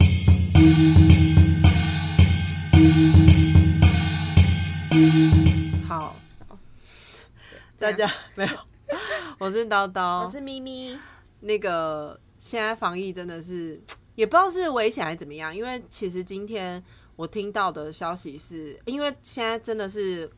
好，大家 没有，我是叨叨，啊我是咪咪，那个现在防疫真的是也不知道是危险还是怎么样，因为其实今天我听到的消息是，因为现在真的是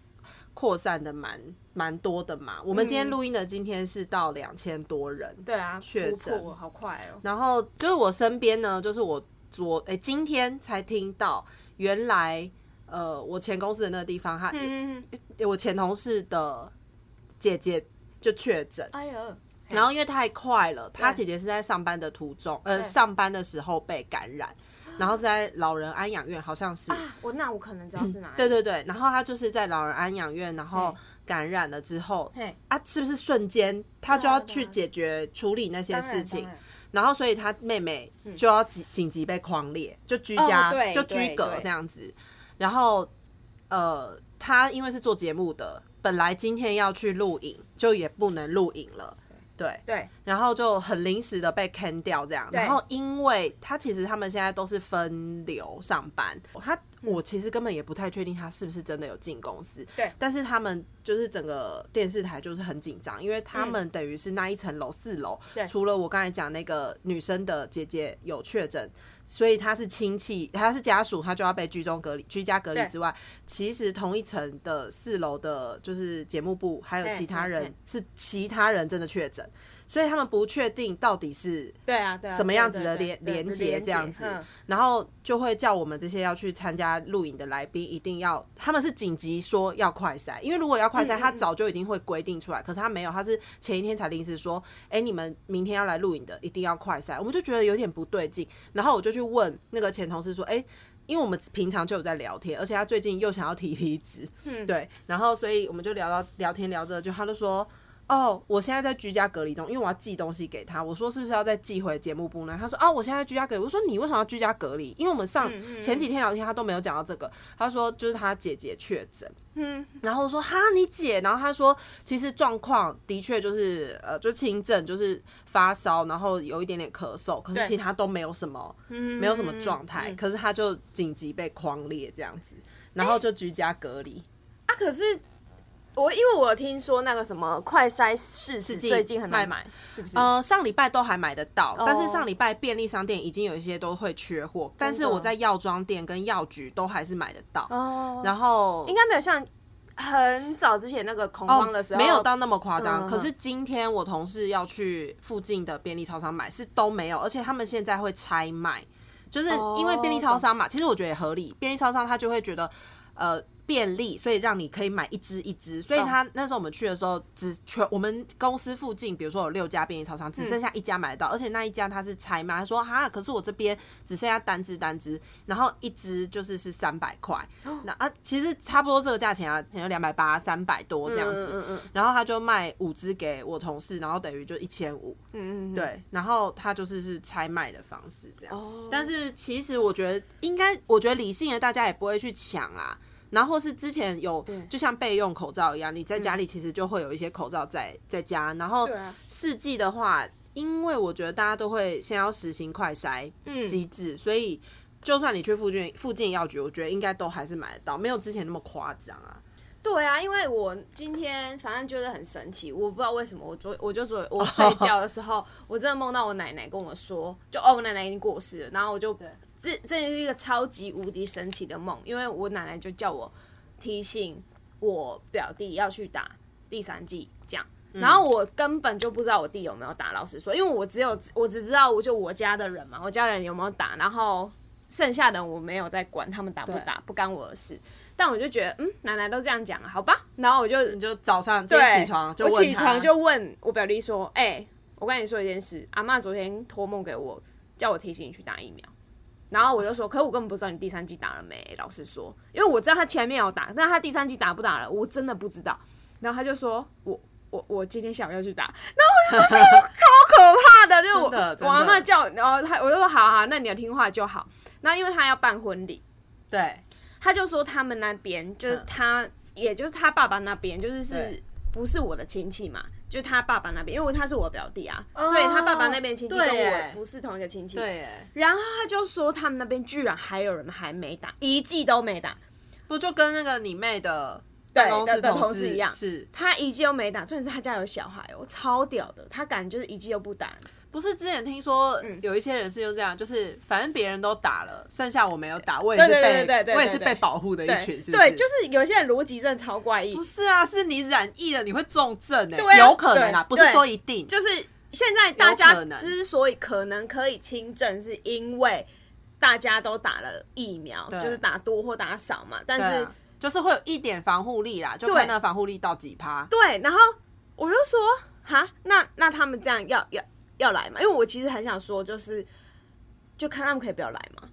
扩散的蛮蛮多的嘛。我们嗯今天录音的今天是到两千多人，对啊，确突诊破好快哦，然后就是我身边呢，就是我昨哎、今天才听到，原来呃我前公司的那个地方，他、嗯，我前同事的姐姐就确诊。哎呦，然后因为太快了，他姐对姐是在上班的途中，呃，对上班的时候被感染，然后是在老人安养院，好像是，啊，我那我可能知道是哪里，对对对，然后他就是在老人安养院，然后嘿感染了之后，嘿，啊，是不是瞬间他就对啊要对啊去解决处理那些当然事情当？然然后所以他妹妹就要紧紧急被框列，就居家、嗯哦对就居隔对对这样子。然后呃，他因为是做节目的，本来今天要去录影，就也不能录影了。对，对，然后就很临时的被坑掉这样。对然后因为他其实他们现在都是分流上班，嗯他我其实根本也不太确定他是不是真的有进公司。对但是他们就是整个电视台就是很紧张，因为他们等于是那一层楼四楼，嗯对除了我刚才讲那个女生的姐姐有确诊。所以她是亲戚，她是家属，她就要被居中隔离、居家隔离对之外，其实同一层的四楼的，就是节目部还有嗯其他人、嗯嗯是其他人真的确诊，所以他们不确定到底是对啊，对啊，什么样子的对连对对连对接连这样子嗯，然后就会叫我们这些要去参加录影的来宾一定要，他们是紧急说要快筛，因为如果要快筛，嗯嗯他早就已经会规定出来，可是他没有，他是前一天才临时说，哎，你们明天要来录影的，一定要快筛，我们就觉得有点不对劲，然后我就去问那个前同事说，哎。因为我们平常就有在聊天，而且他最近又想要提离职，对，然后所以我们就聊到聊天聊着，就他就说，哦，我现在在居家隔离中，因为我要寄东西给他。我说是不是要再寄回节目部呢？他说啊，我现在在居家隔离。我说你为什么要居家隔离？因为我们上前几天聊天，他都没有讲到这个。他说就是他姐姐确诊，嗯，然后我说哈你姐，然后他说其实状况的确就是呃就轻症，就是发烧，然后有一点点咳嗽，可是对其他都没有什么，没有什么状态，可是他就紧急被框列这样子，然后就居家隔离。啊，可是。我因为我有听说那个什么快筛试试剂剂最近很难卖买，哦是不是？呃，上礼拜都还买得到，但是上礼拜便利商店已经有一些都会缺货，但是我在药妆店跟药局都还是买得到。哦，然后应该没有像很早之前那个恐慌的时候，哦没有到那么夸张，嗯嗯嗯可是今天我同事要去附近的便利超商买，是都没有，而且他们现在会拆卖，就是哦因为便利超商嘛，其实我觉得也合理，便利超商他就会觉得呃便利，所以让你可以买一支一支，所以他那时候我们去的时候，只全我们公司附近，比如说有六家便利超商，只剩下一家买得到，而且那一家他是拆卖，他说哈，可是我这边只剩下单支单支，然后一支就是是三百块，那啊其实差不多这个价钱啊，可能两百八、三百多这样子，嗯嗯嗯然后他就卖五支给我同事，然后等于就一千五，嗯嗯，嗯，对，然后他就是是拆卖的方式这样。哦但是其实我觉得应该，我觉得理性的大家也不会去抢啊。然后是之前有，就像备用口罩一样，你在家里其实就会有一些口罩在在家。然后对啊试剂的话，因为我觉得大家都会先要实行快筛嗯机制，所以就算你去附近附近药局，我觉得应该都还是买得到，没有之前那么夸张啊。对啊，因为我今天反正觉得很神奇，我不知道为什么，我昨我就昨我睡觉的时候，我真的梦到我奶奶跟我说，就哦，我奶奶已经过世了，然后我就这这是一个超级无敌神奇的梦，因为我奶奶就叫我提醒我表弟要去打第三季这样。然后我根本就不知道我弟有没有打，老实说，因为我只有我只知道我就我家的人嘛，我家人有没有打，然后剩下的我没有在管他们打不打，不干我的事。但我就觉得，嗯，奶奶都这样讲了，好吧。然后我就你就早上今对天起床就我问起他床就问我表弟说，哎、我跟你说一件事，阿妈昨天托梦给我，叫我提醒你去打疫苗。然后我就说，可我根本不知道你第三季打了没。老实说，因为我知道他前面有打，但他第三季打不打了，我真的不知道。然后他就说，我我我今天下午要去打，然后我就说 超可怕真的的，就真我的我阿妈叫，然后他我就说好好，那你有听话就好。那因为他要办婚礼，对，他就说他们那边就是嗯他，也就是他爸爸那边，就是是对不是我的亲戚嘛？就他爸爸那边，因为他是我表弟啊，哦所以他爸爸那边亲戚跟对耶我不是同一个亲戚。对耶，然后他就说他们那边居然还有人还没打，一季都没打，不就跟那个你妹的对办公室的的同同事一样是他一季都没打，重点是他家有小孩哦，超屌的，他敢就是一季都不打，不是之前听说有一些人是用这样，就是反正别人都打了，剩下我没有打，我也是对对对对被对我也是对被保护的一对群，是不对，就是有些人逻辑真的超怪异不，是啊？是你染疫了，你会重症哎、对啊有可能啊，对不是对说一定，就是现在大家有可能之所以可能可以轻症，是因为大家都打了疫苗，对就是打多或打少嘛，但对是啊就是会有一点防护力啦，就对看那个防护力到几趴。对，然后我就说，哈，那那他们这样要要要来嘛？因为我其实很想说，就是就看他们可以不要来嘛。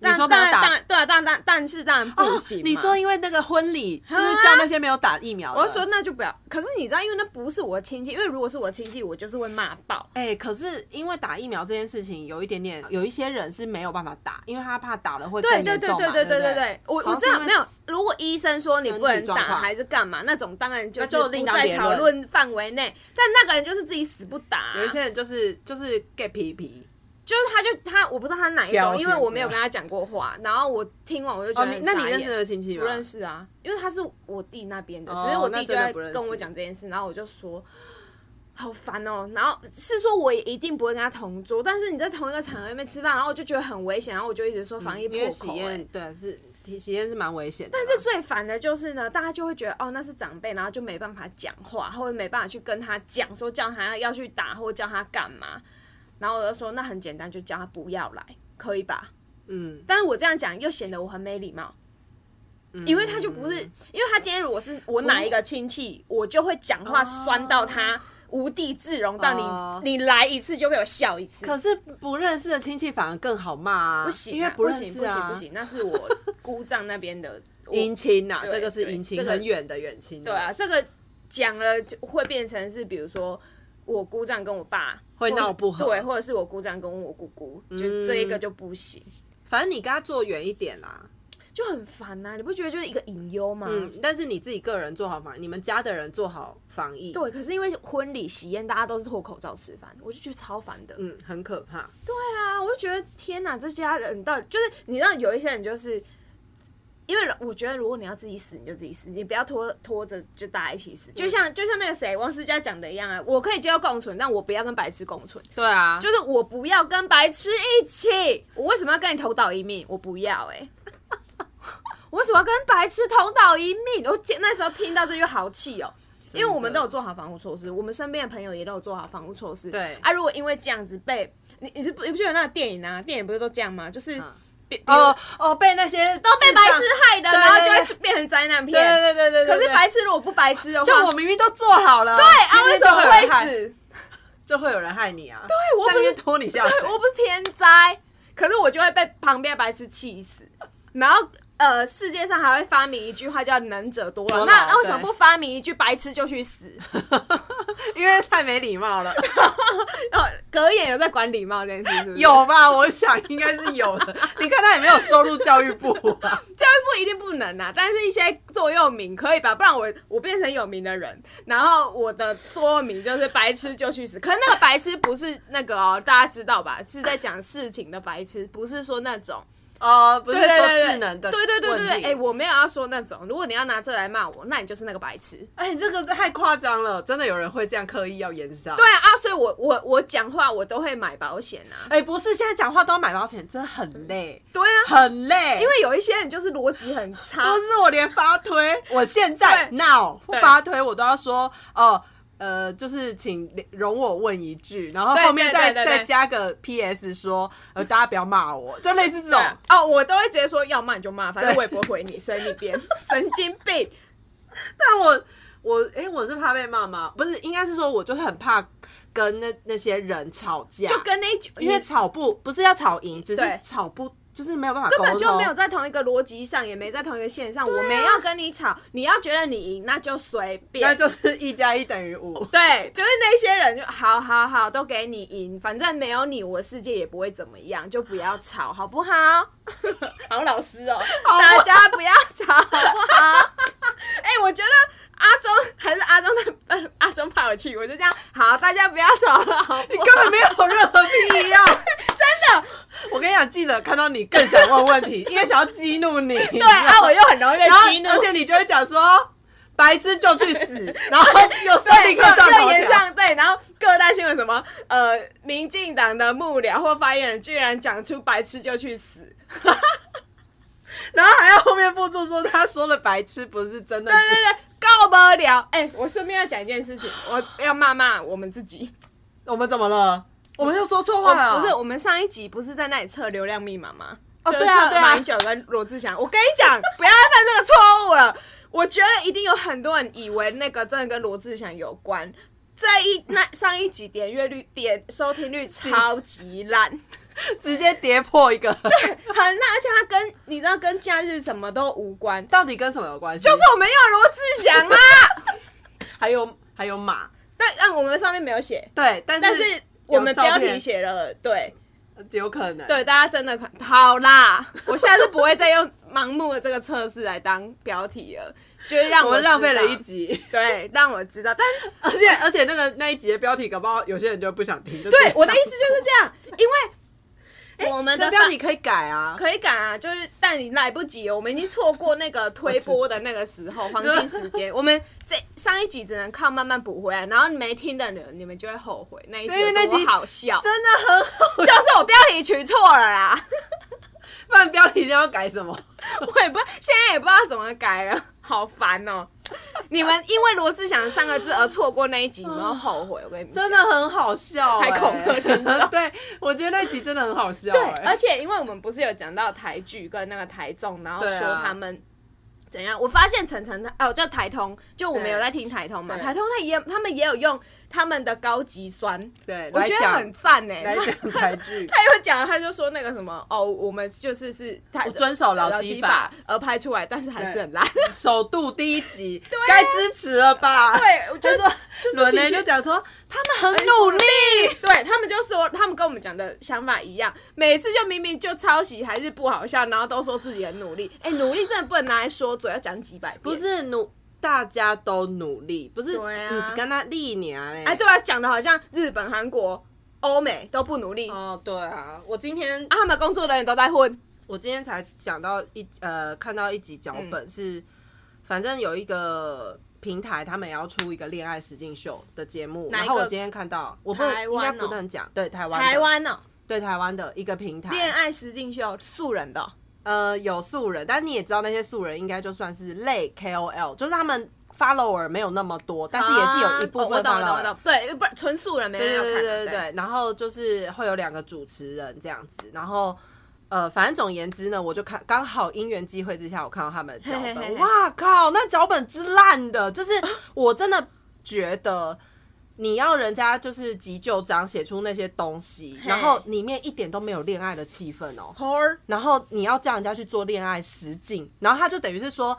你但说没当有然当打哦然对啊，当然但但是当然不行、你说。因为那个婚礼是不是啊叫那些没有打疫苗的？我就说那就不要，可是你知道，因为那不是我亲戚，因为如果是我亲戚，我就是会骂爆。哎、可是因为打疫苗这件事情，有一点点，有一些人是没有办法打，因为他怕打了会更对严对对重嘛，对对对不对对，我我知道没有。如果医生说你不身能体状打况还是干嘛，那种当然就那就是另不当别在论讨论范围内。但那个人就是自己死不打啊、有一些人就是就是 get 皮皮。就是他就他，我不知道他哪一标种，准因为我没有跟他讲过话。然后我听完我就觉哦，得你很那傻眼、你认识的亲戚吗？不认识啊，因为他是我弟那边的，哦只是我那弟就真的在不认识跟我讲这件事，然后我就说好烦哦、然后是说我也一定不会跟他同桌，但是你在同一个场合里面吃饭，然后我就觉得很危险，然后我就一直说防疫破因为喜口、欸宴对是喜宴是蛮危险的啦，但是最烦的就是呢，大家就会觉得哦，那是长辈，然后就没办法讲话，或者没办法去跟他讲，说叫他要去打或叫他干嘛。然后我就说，那很简单，就叫他不要来，可以吧？嗯，但是我这样讲又显得我很没礼貌，因为他就不是，因为他今天如果是我哪哦一个亲戚，我就会讲话酸到他无地自容，到你、哦你来一次就被我笑一次。可是不认识的亲戚反而更好骂啊，不行、啊，因为不认行，识不行，啊，不行，那是我姑丈那 边的我姻亲呐，对这个是对姻亲，这个很远的远亲，对对啊，，这个讲了就会变成是，比如说我姑丈跟我爸会闹不嗯和或是对，或者是我姑丈跟我姑姑，就这一个就不行，反正你跟他坐远一点啦，就很烦啊呐、你不觉得就是一个隐忧吗？嗯，但是你自己个人做好防疫，你们家的人做好防疫，对，可是因为婚礼喜宴，大家都是脱口罩吃饭，啊我就觉得超烦的。嗯，很可怕，啊，我就觉得天哪，这家人到底就是你知道有一些人就是。因为我觉得，如果你要自己死，你就自己死，你不要拖拖着就大家一起死。就像就像那个谁王思佳讲的一样啊，我可以接受共存，但我不要跟白痴共存。对啊，就是我不要跟白痴一起，我为什么要跟你同岛一命？我不要哎、 我为什么要跟白痴同岛一命？我听那时候听到这句好气哦、因为我们都有做好防护措施，我们身边的朋友也都有做好防护措施。对啊，如果因为这样子被你，你是不你不觉得那个电影啊，电影不是都这样吗？就是嗯别哦哦，被那些都都被白痴害的，对对然后就对会变成灾难片。对对对对对，可是对白痴如果不白痴的话，就我明明都做好了，对对啊，为什么会死？就会有人害你啊，我在那不是边拖你下水，我不是天灾，可是我就会被旁边的白痴气死。然后呃，世界上还会发明一句话叫“能者多劳”，多劳那那为什么对不发明一句“白痴就去死 因为太没礼貌了。”？然后格言有在管礼貌这件事是不是， 有吧？我想应该是有的。 你看他也没有收入教育部啊，教育部一定不能啊，但是一些座右铭可以吧？不然我我变成有名的人，然后我的座右铭就是“白痴就去死”。可是那个白痴不是那个哦，大家知道吧？是在讲事情的白痴，不是说那种。哦，不是对对说对对智能的对对对对问对，题哎、我没有要说那种，如果你要拿这来骂我，那你就是那个白痴。哎，你这个太夸张了，真的有人会这样刻意要延上。对，啊，啊所以我我我讲话我都会买保险啊。哎，不是，现在讲话都要买保险，真的很累，对啊，很累。因为有一些人就是逻辑很差不。是我连发推，啊我现在 now 对发推我都要说哦。呃，就是请容我问一句，然后对后面再对对对再加个 P.S. 说，呃，大家不要骂我，就类似这对种。啊哦，我都会直接说，要骂你就骂，反正对啊我也不会回你，随你 便，神经病。但我我哎、我是怕被骂吗？不是，应该是说我就是很怕跟那那些人吵架，就跟那一句，因为你吵不不是要吵赢，只是对吵不就是没有办法根沟本通，就没有在同一个逻辑上，也没在同一个线啊上。我没要跟你吵，你要觉得你赢，那就随便。那就是一加一等于五。对，就是那些人就好好好，都给你赢，反正没有你，我世界也不会怎么样，就不要吵，好 不好？ 好老师哦，大家不要吵，好不好？哎、我觉得阿忠还是阿忠他、呃、阿忠派我去，我就这样，好，大家不要吵了，好不你好根本没有任何必 要，真的。我跟你讲，记者看到你更想问问 题，因为想要激怒你。对对啊，我又很容易被然后激怒，而且你就会讲说。白痴就去 死，然后又是立刻上热头言条。上对，啊然后各大新闻什么呃，民进党的幕僚或发言人居然讲出“白痴就去死然后还要后面附注说他说了白痴不是真”，的对，对对，告不了。 哎、我顺便要讲一件事情，我要骂骂我们自己。我们怎么了？我们又说错话了，我不是，我们上一集不是在那里测流量密码吗？哦就是对啊测对啊马英九跟罗志祥，我跟你讲，不要再犯这个错误了。我觉得一定有很多人以为那个真的跟罗志祥有关。这一那上一集点阅率、点收听率超级烂， 直接跌破一个，很烂，而且它跟你知道跟假日什么都无关， 到底跟什么有关系？就是我们要罗志祥啦。 还有还有马，但但我们上面没有写，对，但是但是我们有照标片呃题写了，对有可能，对，大家真的看好啦， 我下次不会再用盲目的这个测试来当标题了，就是让我们知道浪费了一，集， 对，让我知道，但是 而且而且那个那一集的标题，搞不好有些人就不想听。就对知道我的意思就是这样，因为我们那的标标题题可以改啊，可以改啊，就是但你来不及了，我们已经错过那个推播的那个时候黄金 时间，我们这上一集只能靠慢慢补回来，然后没听的人你们就会后悔那一集对因为那有多集好笑，真的很好。啊就是我标题取错了啦。不然标题要改什 么？我也不现在也不知道怎么改了，好烦哦、你们因为罗志祥三个字而错过那一集，你们会后悔。我跟你们讲真的很好笑、欸，太恐吓听 众对，我觉得那集真的很好笑、对，欸，而且因为我们不是有讲到台剧跟那个台综，然后对啊说他们。怎样？我发现晨晨他哦，叫台通，就我们对有在听台通嘛。对台通他也他们也有用他们的高级酸，对，我来觉得讲很赞呢、来讲台剧， 他又讲，他就说那个什么哦，我们就是是他我遵守劳基法而拍出来，但是还是对很烂。 首度第一集该支持了吧？啊对，我觉就得说就是伦情呢绪就讲说他们很努力，对他们就说，他们跟我们讲的想法一样，每次就明明就抄袭还是不好笑，然后都说自己很努力。哎、努力真的不能拿来说嘴，要讲几百遍。不是努，大家都努力，不是对啊你是跟他历年嘞？哎，对啊，讲的好像日本、韩国、欧美都不努力、哦，对啊，我今天啊，他们工作人员都在混。我今天才讲到一呃，看到一集脚本嗯是，反正有一个平台，他们也要出一个恋爱实境秀的节目。哪一然个后我今天看到，我不台应湾该哦不能讲，对台湾的，台湾呢、对台湾的一个平台，恋爱实境秀素人的哦、呃有素人，但你也知道那些素人应该就算是类 KOL，就是他们 follower 没有那么多，但是也是有一部哦我分 follower、懂，我懂，我懂。对，不然纯素人没人对要看对啊。对对对，然后就是会有两个主持人这样子，然后呃，反正总而言之呢，我就看刚好因缘机会之下，我看到他们的脚嘿嘿嘿本，嘿哇靠，那脚本之烂的，就是我真的觉得。你要人家就是急救章写出那些东西，嘿然后里面一点都没有恋爱的气氛哦、 Horror 然后你要叫人家去做恋爱实境，然后他就等于是说，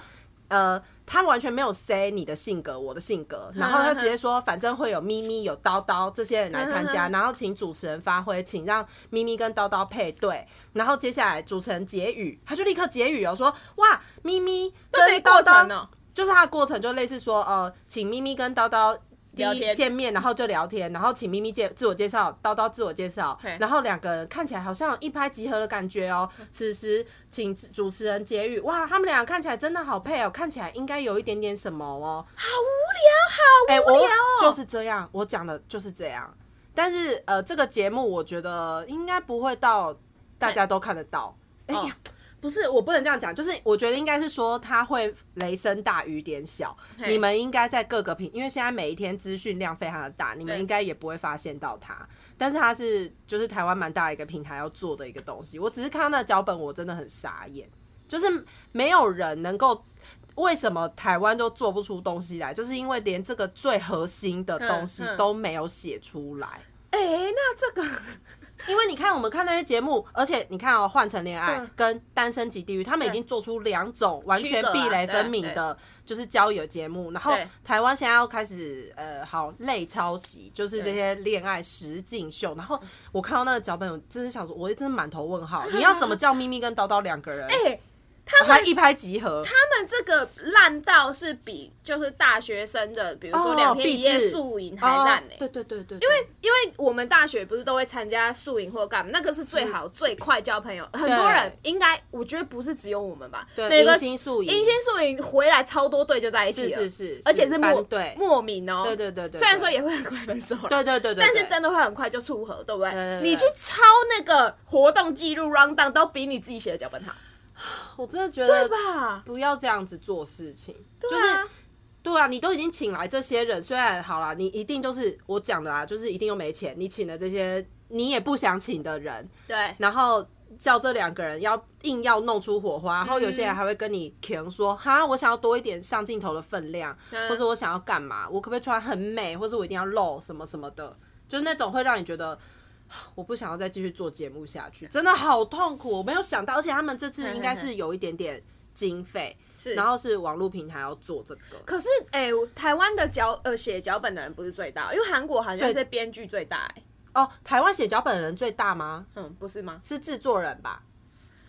呃，他完全没有 say 你的性格，我的性格，嗯然后他就直接说，反正会有咪咪有叨叨这些人来参嗯加，然后请主持人发挥，请让咪咪跟叨叨配对，然后接下来主持人结语，他就立刻结语哦，说哇，咪咪都跟没叨过叨程哦、就是它的过程就类似说，呃，请咪咪跟叨叨第聊一天见面，然后就聊天，然后请咪咪介自我介绍，叨叨自我介绍嘿，嗯然后两个人看起来好像有一拍即合的感觉哦。此时请主持人结语，哇，他们俩看起来真的好配哦，看起来应该有一点点什么哦。好无哎、聊，好无我聊哦、就是这样，我讲的就是这样。但是呃，这个节目我觉得应该不会到大家都看得到。哎、哦呀，不是，我不能这样讲，就是我觉得应该是说它会雷声大雨点小，嘿你们应该在各个平，因为现在每一天资讯量非常的大，你们对应该也不会发现到它。但是它是就是台湾蛮大的一个平台要做的一个东西，我只是看到那个脚本，我真的很傻眼，就是没有人能够。为什么台湾都做不出东西来？就是因为连这个最核心的东西嗯嗯都没有写出来。哎、那这个 因为你看，我们看那些节目，而且你看哦，《换成恋爱》嗯跟《单身即地狱》，他们已经做出两种完全区隔啊壁垒分明的，就是交友节目。然后对台湾现在要开始呃，好类抄袭，就是这些恋爱实境秀。然嗯后 我看到那个脚本，我真是想说，我真是满头问号，你要怎么叫咪咪跟叨叨两个人？哎、他还一拍即合，他们这个烂到是比就是大学生的，比如说两天一夜宿营还烂呢、哦哦对对对对，因为因为我们大学不是都会参加宿营或干嘛，那个是最好、嗯最快交朋友。很多人应该，我觉得不是只有我们吧，每个迎新宿营迎新宿营回来超多队就在一起了，是是是而且是班莫队莫名哦、对对对对，虽然说也会很快分手了，对对对对，但是真的的会很快就撮合，对不对？对对你去抄那个活动记录 round down 都比你自己写的脚本好，我真的觉对得吧？不要这样子做事情，就啊对啊是。对啊，你都已经请来这些人，虽然好啦，你一定都是我讲的啊，就是一定又没钱，你请了这些你也不想请的人，对然后叫这两个人要硬要弄出火嗯花，然后有些人还会跟你 k 说，哈，我想要多一点上镜头的分量，嗯或者我想要干嘛，我可不可以穿很美，或者我一定要露什么什么的，就是那种会让你觉得。啊我不想要再继续做节目下去，真的好痛苦。我没有想到，而且他们这次应该是有一点点经费，是然后是网络平台要做这个，可是，哎、台湾的脚呃写脚本的人不是最大，因为韩国好像最是编剧最大、哎，哦，台湾写脚本的人最大吗？嗯，不是吗？是制作人吧？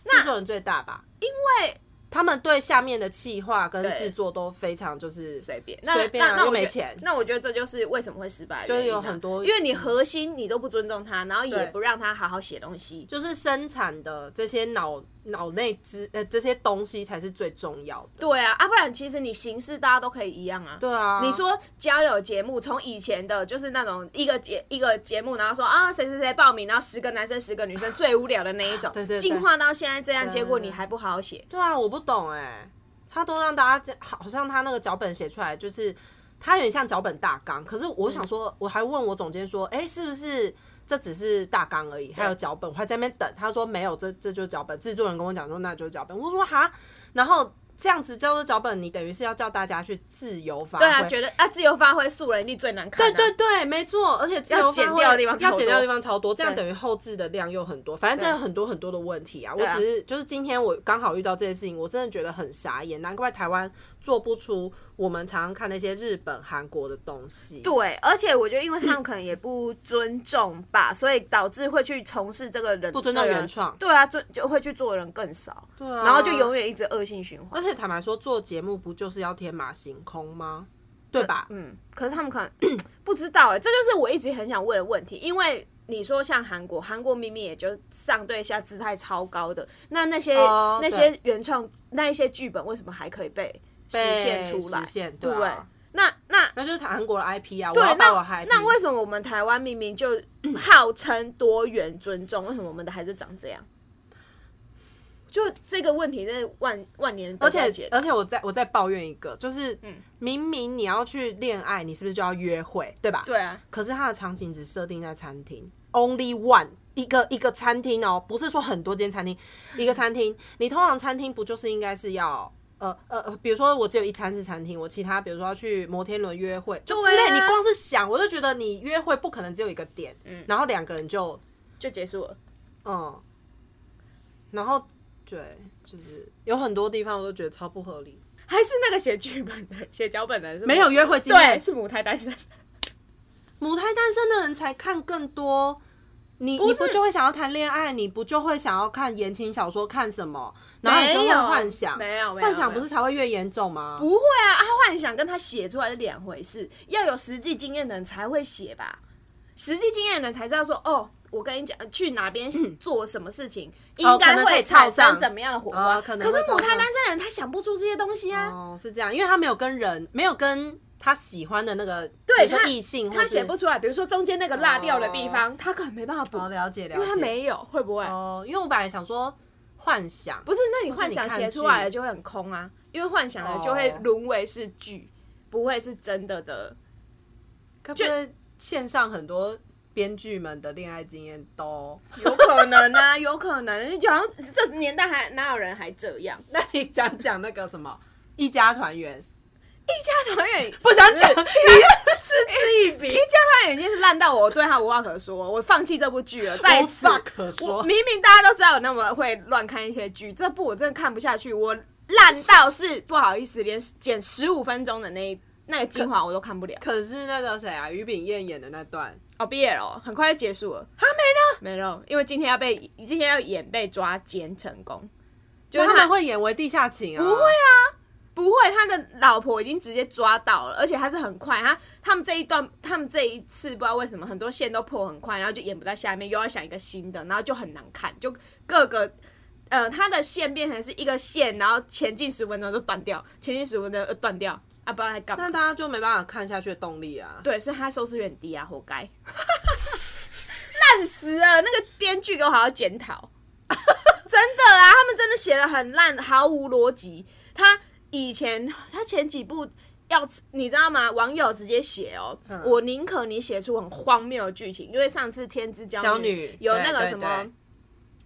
制作人最大吧？因为他们对下面的企划跟对制作都非常就是随便，那随便啊，那那又我觉没得钱。那我觉得这就是为什么会失败的就是原因啊，有很多因为你核心你都不尊重他，然后也对不让他好好写东西，就是生产的这些脑脑内之呃这些东西才是最重要的。对啊，啊，不然其实你形式大家都可以一样啊，对啊，你说交友节目，从以前的就是那种一个节一个节目，然后说啊谁谁谁报名，然后十个男生十个女生，最无聊的那一种，啊对对对进化到现在这样，结果对你还不好好写，对啊，我不懂哎、他都让大家这好像他那个脚本写出来就是他有点像脚本大纲，可是我嗯想说，我还问我总监说，哎、是不是？这只是大纲而已，还有脚本，我还在那边等。他说没有，这这就是脚本。制作人跟我讲说，那就是脚本。我说哈，然后这样子叫做脚本，你等于是要叫大家去自由发挥。对啊，觉得啊自由发挥素人一定最难看、啊，对对对，没错，而且自由发要剪挥掉的地方超要多剪掉的地方超多，这样对等于后置的量又很多，反正这对有很多很多的问题啊。我对啊只是就是今天我刚好遇到这件事情，我真的觉得很傻眼，难怪台湾做不出我们常常看那些日本、韩国的东西。对，而且我觉得，因为他们可能也不尊重 吧，所以导致会去从事这个人不尊重原创对啊，尊就会去做的人更少，对啊，然后就永远一直恶性循环。而且坦白说，做节目不就是要天马行空吗？对吧？嗯，可是他们可能 不知道哎、这就是我一直很想问的问题，因为。你说像韩国，韩国明明也就上对下姿态超高的，那那些、哦那对些原创那一些剧本为什么还可以被实被现出来？实现对对不对啊？那那那就是韩国的 IP 啊，我对要，把我哎那 IP。那为什么我们台湾明明就号称多元尊重，为什么我们的还是长这样？就这个问题，真的万万年而而且呃而且我再我再抱怨一个，就是嗯明明你要去恋爱，你是不是就要约会，对吧？对啊，可是它的场景只设定在餐厅，only one 一个一个餐厅哦，不是说很多间餐厅，一个餐厅。你通常餐厅不就是应该是要呃呃呃，比如说我只有一餐是餐厅，我其他比如说要去摩天轮约会，就之对类。啊你光是想，我就觉得你约会不可能只有一个点，然后两个人就就结束了。嗯，然后对，就是有很多地方我都觉得超不合理，还是那个写剧本的、写脚本的人是没有约会经验对，。是母胎 单身。母胎单身的人才看更多。你不你是不就会想要谈恋爱？你不就会想要看言情小说？看什么？然后你就没会有幻想，没有没有幻想没不有是才会越严重吗？不会啊，啊幻想跟他写出来是两回事，要有实际经验的人才会写吧。实际经验的人才知道说，哦，我跟你讲，去哪边做什么事情，应哦可该能可以会产套生上怎么样的火花。哦可能是会母套胎上单身的人，他想不出这些东西啊。哦，是这样，因为他没有跟人，没有跟他喜欢的那个，对对说他异性，他写不出来，比如说中间那个落掉的地方，他可能没办法补，哦，了解了因解，为他没有，会不会？哦，因为我本来想说幻想，不是，那你幻想或是你看写出来的就会很空啊，因为幻想的就会哦沦为是剧，不会是真的的。可不可以线上很多编剧们的恋爱经验 都？有可能啊， 有可能，就好像这年代还哪有人还这样？那你讲讲那个什么一家团圆，一家团 圆不想 讲，你嗤之以鼻一。家团圆已经是烂到我对他无话可说，我放弃这部剧了。再一次无话可，说我明明大家都知道我那么会乱看一些剧，这部我真的看不下去，我烂到是不好意思，连剪十五分钟的那一那个精华我都看不了。可是那个谁啊，于炳燕演的那段，哦，毕业了，很快就结束了，他没了。没了，因为今天要被今天要演被抓奸成功，就是他们会演为地下情啊，不会啊，不会，他的老婆已经直接抓到了，而且他是很快，他他们这一段，他们这一次不知道为什么很多线都破很快，然后就演不到下面，又要想一个新的，然后就很难看，就各个。呃，他的线变成是一个线，然后前进十分钟就断掉，前进十分钟又断掉，啊，不知道在干嘛那。大家就没办法看下去的动力啊。对，所以他收视率很低啊，活该， 烂死了！那个编剧给我好好检讨， 真的啊，他们真的写的很烂，毫无逻辑。他以前他前几部要你知道吗？网友直接写哦，嗯我宁可你写出很荒谬的剧情，因为上次《天之娇娇女有对那个对什么对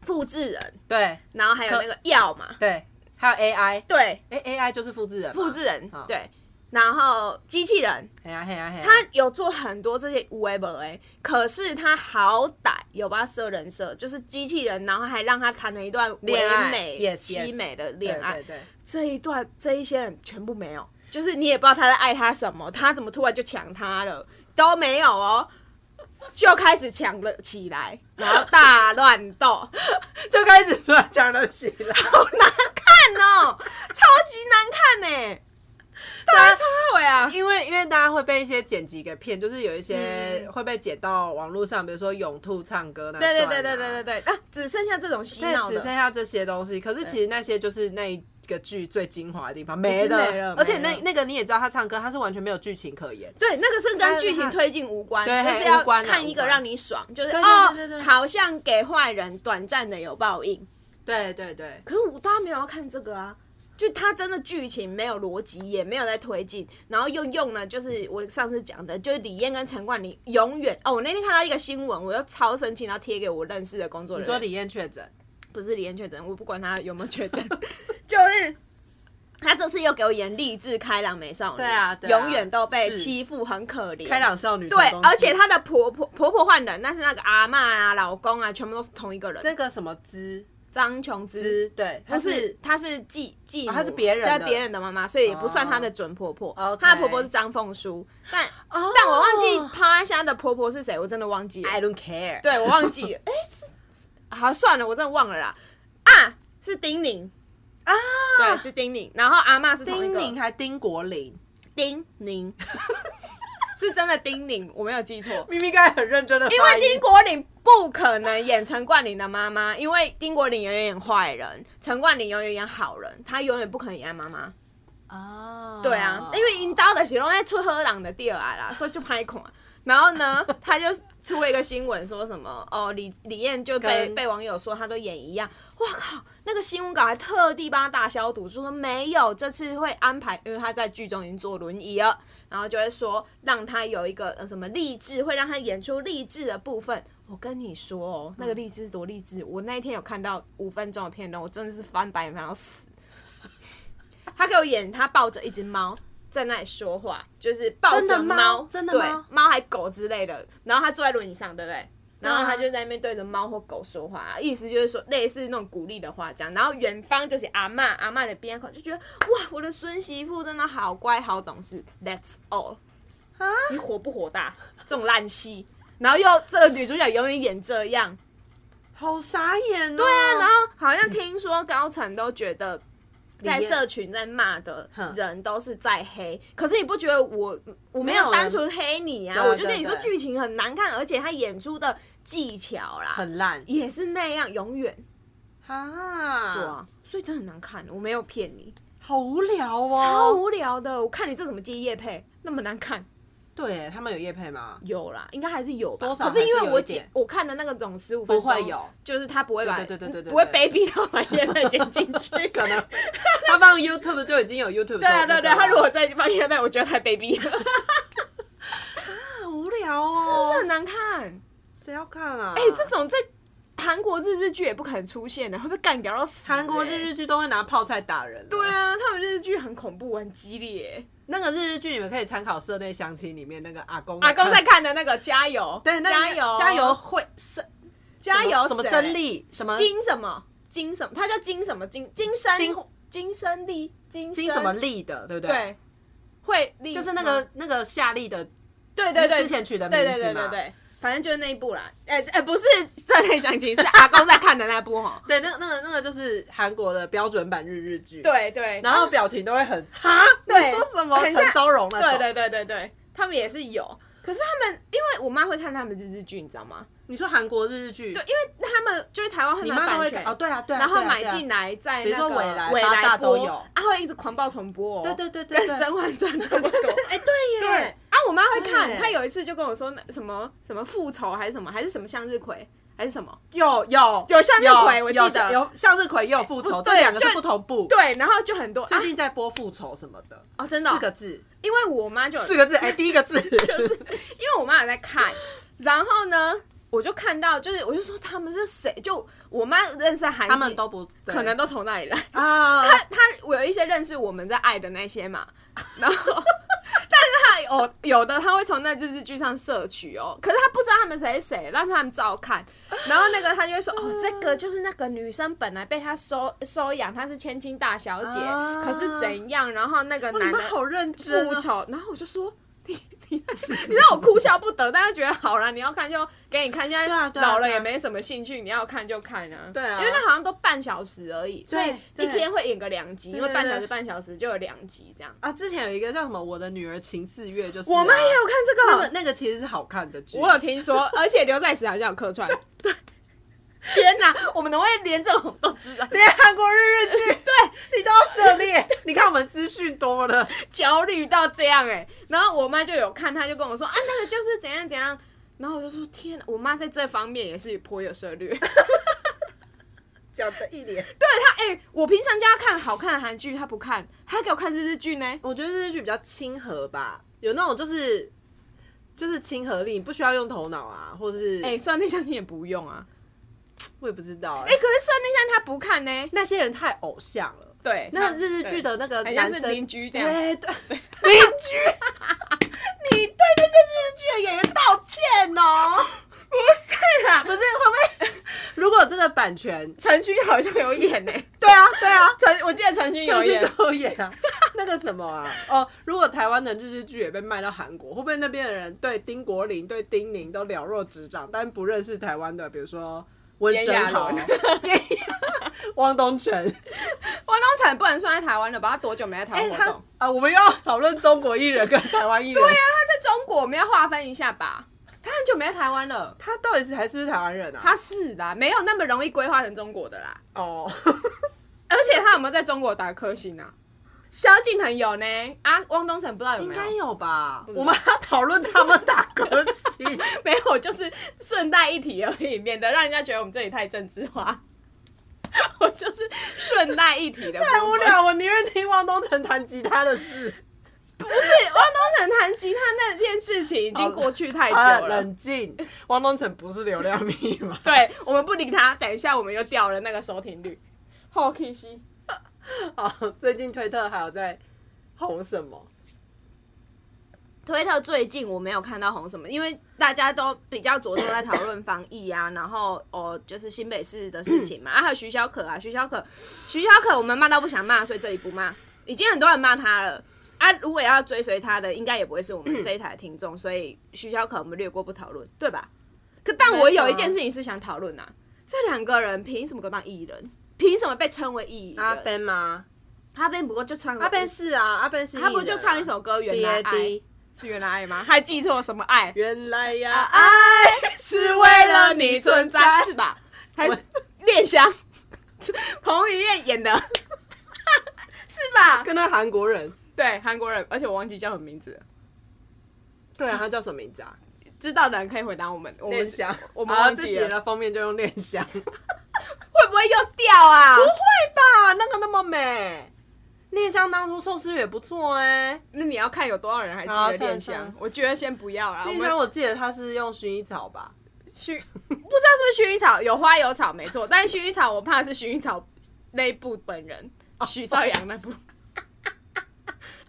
复制人，对然后还有那个药嘛，对，还有 AI，对，哎、a i 就是复制人嘛，复制人好，对，然后机器人，嘿啊，嘿啊嘿啊，他有做很多这些 web 哎，可是他好歹有把他设人设，就是机器人，然后还让他谈了一段唯恋爱美 yes, 凄 yes 美的恋爱。对对哎对，这一段这一些人全部没有，就是你也不知道他在爱他什么，他怎么突然就抢他了，都没有哦，就开始抢了起来，然后大乱斗。就开始突然讲了起来，好难看哦，超级难看呢、大家插尾 啊！因为因为大家会被一些剪辑给骗，就是有一些会被剪到网络上，比如说勇兔唱歌那、啊，对对对对对对对啊！只剩下这种洗脑对，只的剩，下这些东西。可是其实那些就是那一个剧最精华的地方，没经了。没了而且没那了那个你也知道，他唱歌他是完全没有剧情可言。对，那个是跟剧情推进无关，对就是无要关啊看一无个关让你爽，就是对对哦对对对，好像给坏人短暂的有报应。对对对，可是我大家没有要看这个啊，就它真的剧情没有逻辑，也没有在推进，然后又用了就是我上次讲的，就是李艳跟陈冠霖永远哦，我那天看到一个新闻，我又超生气，然后贴给我认识的工作你人说员，李艳确诊，不是李艳确诊，我不管他有没有确诊， 就是。他这次又给我演励志开朗美少女，对啊对啊永远都被是欺负，很可怜。开朗少女对成功，记而且她的婆婆婆婆换人，但是那个阿嬷啊、老公啊，全部都是同一个人。那个什么之张琼之之，对，不他是，她是继继母，哦她是别人的对别人的妈妈，所以也不算她的准婆婆哦。她 OK 的婆婆是张凤书，但哦但我忘记抛安虾的婆婆是谁，我真的忘记了。 I don't care。对我 忘记了，哎，是是好算了，我真的忘了啦。啊，是丁宁啊，对，是丁宁，然后阿嬷是同一丁个宁还丁国林，丁宁， 是真的丁宁，我没有记错。明明刚才很认真的，因为丁国林不可能演陈冠霖的妈妈，因为丁国林永远演坏人，陈冠霖永远演好人，他永远不可能演他妈妈。啊，对啊，因为引导的是拢在出喝郎的第二来啦，所以就拍孔。然后呢，他就出了一个新闻，说什么哦，李李艳就被跟被网友说她都演一样。哇靠，那个新闻稿还特地帮他大消毒，就说没有，这次会安排，因为他在剧中已经坐轮椅了，然后就会说让他有一个、呃、什么励志，会让他演出励志的部分。我跟你说哦，那个励志是多励志！我那一天有看到五分钟的片段，我真的是翻白眼翻到死。他给我演他抱着一只猫在那里说话，就是抱真的着猫猫，真的对猫猫还狗之类的，然后他坐在轮椅上，对不对？对然啊后他就在那边对着猫或狗说话，意思就是说类似那种鼓励的话这样。然后远方就是阿嬷，阿嬷的边口就觉得哇，我的孙媳妇真的好乖好懂事。That's all 啊你火不火大？这种烂戏，然后又这个女主角永远演这样，好傻眼哦。对啊，然后好像听说高层都觉得。在里面社群在骂的人都是在黑，嗯可是你不觉得我我没有人单纯黑你啊？对我就跟你说对对剧情很难看，而且他演出的技巧啦很烂也是那样，永远啊，对啊，所以真的很难看，我没有骗你，好无聊哦，超无聊的。我看你这怎么接夜配，那么难看。对他们有叶配吗？有啦，应该还是有吧。多少可是因还是为有我一剪点我看的那个总十五分钟不会有，就是他不会把对对对对对对不会卑鄙到把烟袋剪进去。 可能他放 YouTube 就已经有 YouTube 对啊的那对啊个对了啊，他如果再放烟袋，我觉得太卑鄙 了，好无聊不是哦很，难看。谁要看啊？哎，这种在韩国日日剧也不可能出现的，会被干掉到死。韩国日日日剧都会拿泡菜打人，哦对。啊，他们日日剧很恐怖，很激烈。那个日日剧你们可以参考《社内相亲》里面那个阿公，阿公在看的那个加油，对那个加油加油会生加油什么谁生力什么金什么金什么，他叫金什么金金生金金生力金金什么力的，对不对？对，会力就是那吗个那个夏利的，对对对之前取的名字对对对嘛。对对，反正就是那一部啦。哎、哎、不是 《热恋相亲》，是阿公在看的那部哈对，那那个那个就是韩国的标准版日日剧，，对对，然后表情都会很哈，对，说什么很像陈昭荣那对种，对对对对，他们也是有。可是他们，因为我妈会看他们日日剧，你知道吗？你说韩国日日剧，对，因为他们就是台湾会你买妈都版会权看哦，对啊，对啊，然后对啊买对啊进来在比那如说个未来未八大来都播，有啊会一直狂暴重播哦，对对对对跟对《甄嬛传》差不多。 哎，对耶， 啊，我妈会看，对她有一次就跟我说那什么什么复仇还是什么，还是什么向日葵还是什么，有有有向日葵我记有得哎有向日葵也有复仇，对这两个就是不同步。对，然后就很多最啊近在播复仇什么的，哦，真的哦四，个字，因为我妈就有 四个字，哎，第一个字 因为我妈有在看，然后呢，我就看到就是我就说他们是谁，就我妈认识的韩系，他们都不对可能都从那里来， 啊，他他我有一些认识我们在爱的那些嘛，然后 但是他有有的他会从那日日剧上摄取哦，可是他不知道他们谁是谁，让他们照看，然后那个他就会 说哦，这个就是那个女生本来被他收收养，她是千金大小姐，啊哦可是怎样，然后那个哇你男的们好认真复哦，仇，然后我就说。你 你你让我哭笑不得，但是觉得好啦，你要看就给你看，现对啊在对啊老了对啊也没什么兴趣，你要看就看啊。对啊因为那好像都半小时而已，所以对一天会演个两集，因对为对半小对时半小时就有两集这样。啊，之前有一个叫什么《我的女儿秦四月》，就是啊我妈也有看这那个，个那个其实是好看的剧，我有听说，而且刘在石好像有客串。对， 天哪，我们怎么会连这种都 知道？连韩国日日剧 对你都要涉猎， 你看我们资讯多了，焦虑到这样哎、然后我妈就有看，她就跟我说啊，那个就是怎样怎样。然后我就说天哪，我妈在这方面也是颇有涉略。讲的一脸。哎、我平常叫他看好看的韩剧，他不看，他给我看日日剧呢。我觉得日剧比较亲和吧，有那种就是就是亲和力，你不需要用头脑啊，或者是哎、算那相亲也不用啊。我也不知道、哎、可是算那相他不看呢。那些人太偶像了。对，那他日日剧的那个对好男像是生邻居这样哎对，邻居，你对那些日剧的演员道歉哦。不是啦，不是会不会？如果这个版权，陈勋好像有演呢、对啊对啊，陈，我记得陈勋就有是演。就演啊，那个什么啊，哦，如果台湾的日日剧也被卖到韩国，会不会那边的人对丁国林、对丁宁都了若指掌，但不认识台湾的，比如说温炎升亚豪纶、汪东城？汪东城不能算在台湾了吧？他多久没在台哎、湾活他动？啊、我们又要讨论中国艺人跟台湾艺人，对呀、他在中国，我们要划分一下吧。他很久没在台湾了。他到底是还是不是台湾人啊？他是啦，没有那么容易规划成中国的啦。哦，而且他有没有在中国打颗星啊？萧敬腾有呢，啊，汪东城不知道有应没有该。有吧？知道我们还要讨论他们打歌戏， 没有，就是顺带一提而已，免得让人家觉得我们这里太政治化。 我就是顺带一提的， 太无。聊，我宁愿听汪东城弹吉他的事。不是汪东城弹吉他那件事情已经过去太啊，久了。冷静，汪东城不是流量密 码。对，我们不理他，等一下我们又掉了那个收听率。好可惜，哦，最近推特还有在红什么？推特最近我没有看到红什么，因为大家都比较着重在讨论防疫啊，然后哦就是新北市的事情嘛，啊还有徐小可啊，徐小可，徐小可我们骂到不想骂，所以这里不骂，已经很多人骂他了啊，如果要追随他的，应该也不会是我们这一台的听众，所以徐小可我们略过不讨论，对吧？可但我有一件事情是想讨论啊，这两个人凭什么都当艺人？凭什么被称为艺人？贝吗？阿贝不过就唱阿贝是啊，阿贝是、他不就唱一首歌《原来爱 B A》？D？是原来爱吗？还记错什么爱？原来呀、啊爱是为了你存在，是吧？还我是恋香， 彭于晏演的， 是吧？跟那韩国人，对，韩国人，而且我忘记叫什么名字了，对啊，他叫什么名字啊？知道的人可以回答我们。我们恋香，我们好忘这记集了，的封面就用恋香，不会不会又掉啊？会吧？那个那么美，恋香当初寿司也不错哎、那你要看有多少人还记好得算了恋算香了？我觉得先不要啦，我恋们香我记得他是用薰衣草吧？薰， 不知道是不是薰衣草，有花有草没错，但是薰衣草我怕是薰衣草那一部本人许绍洋那部。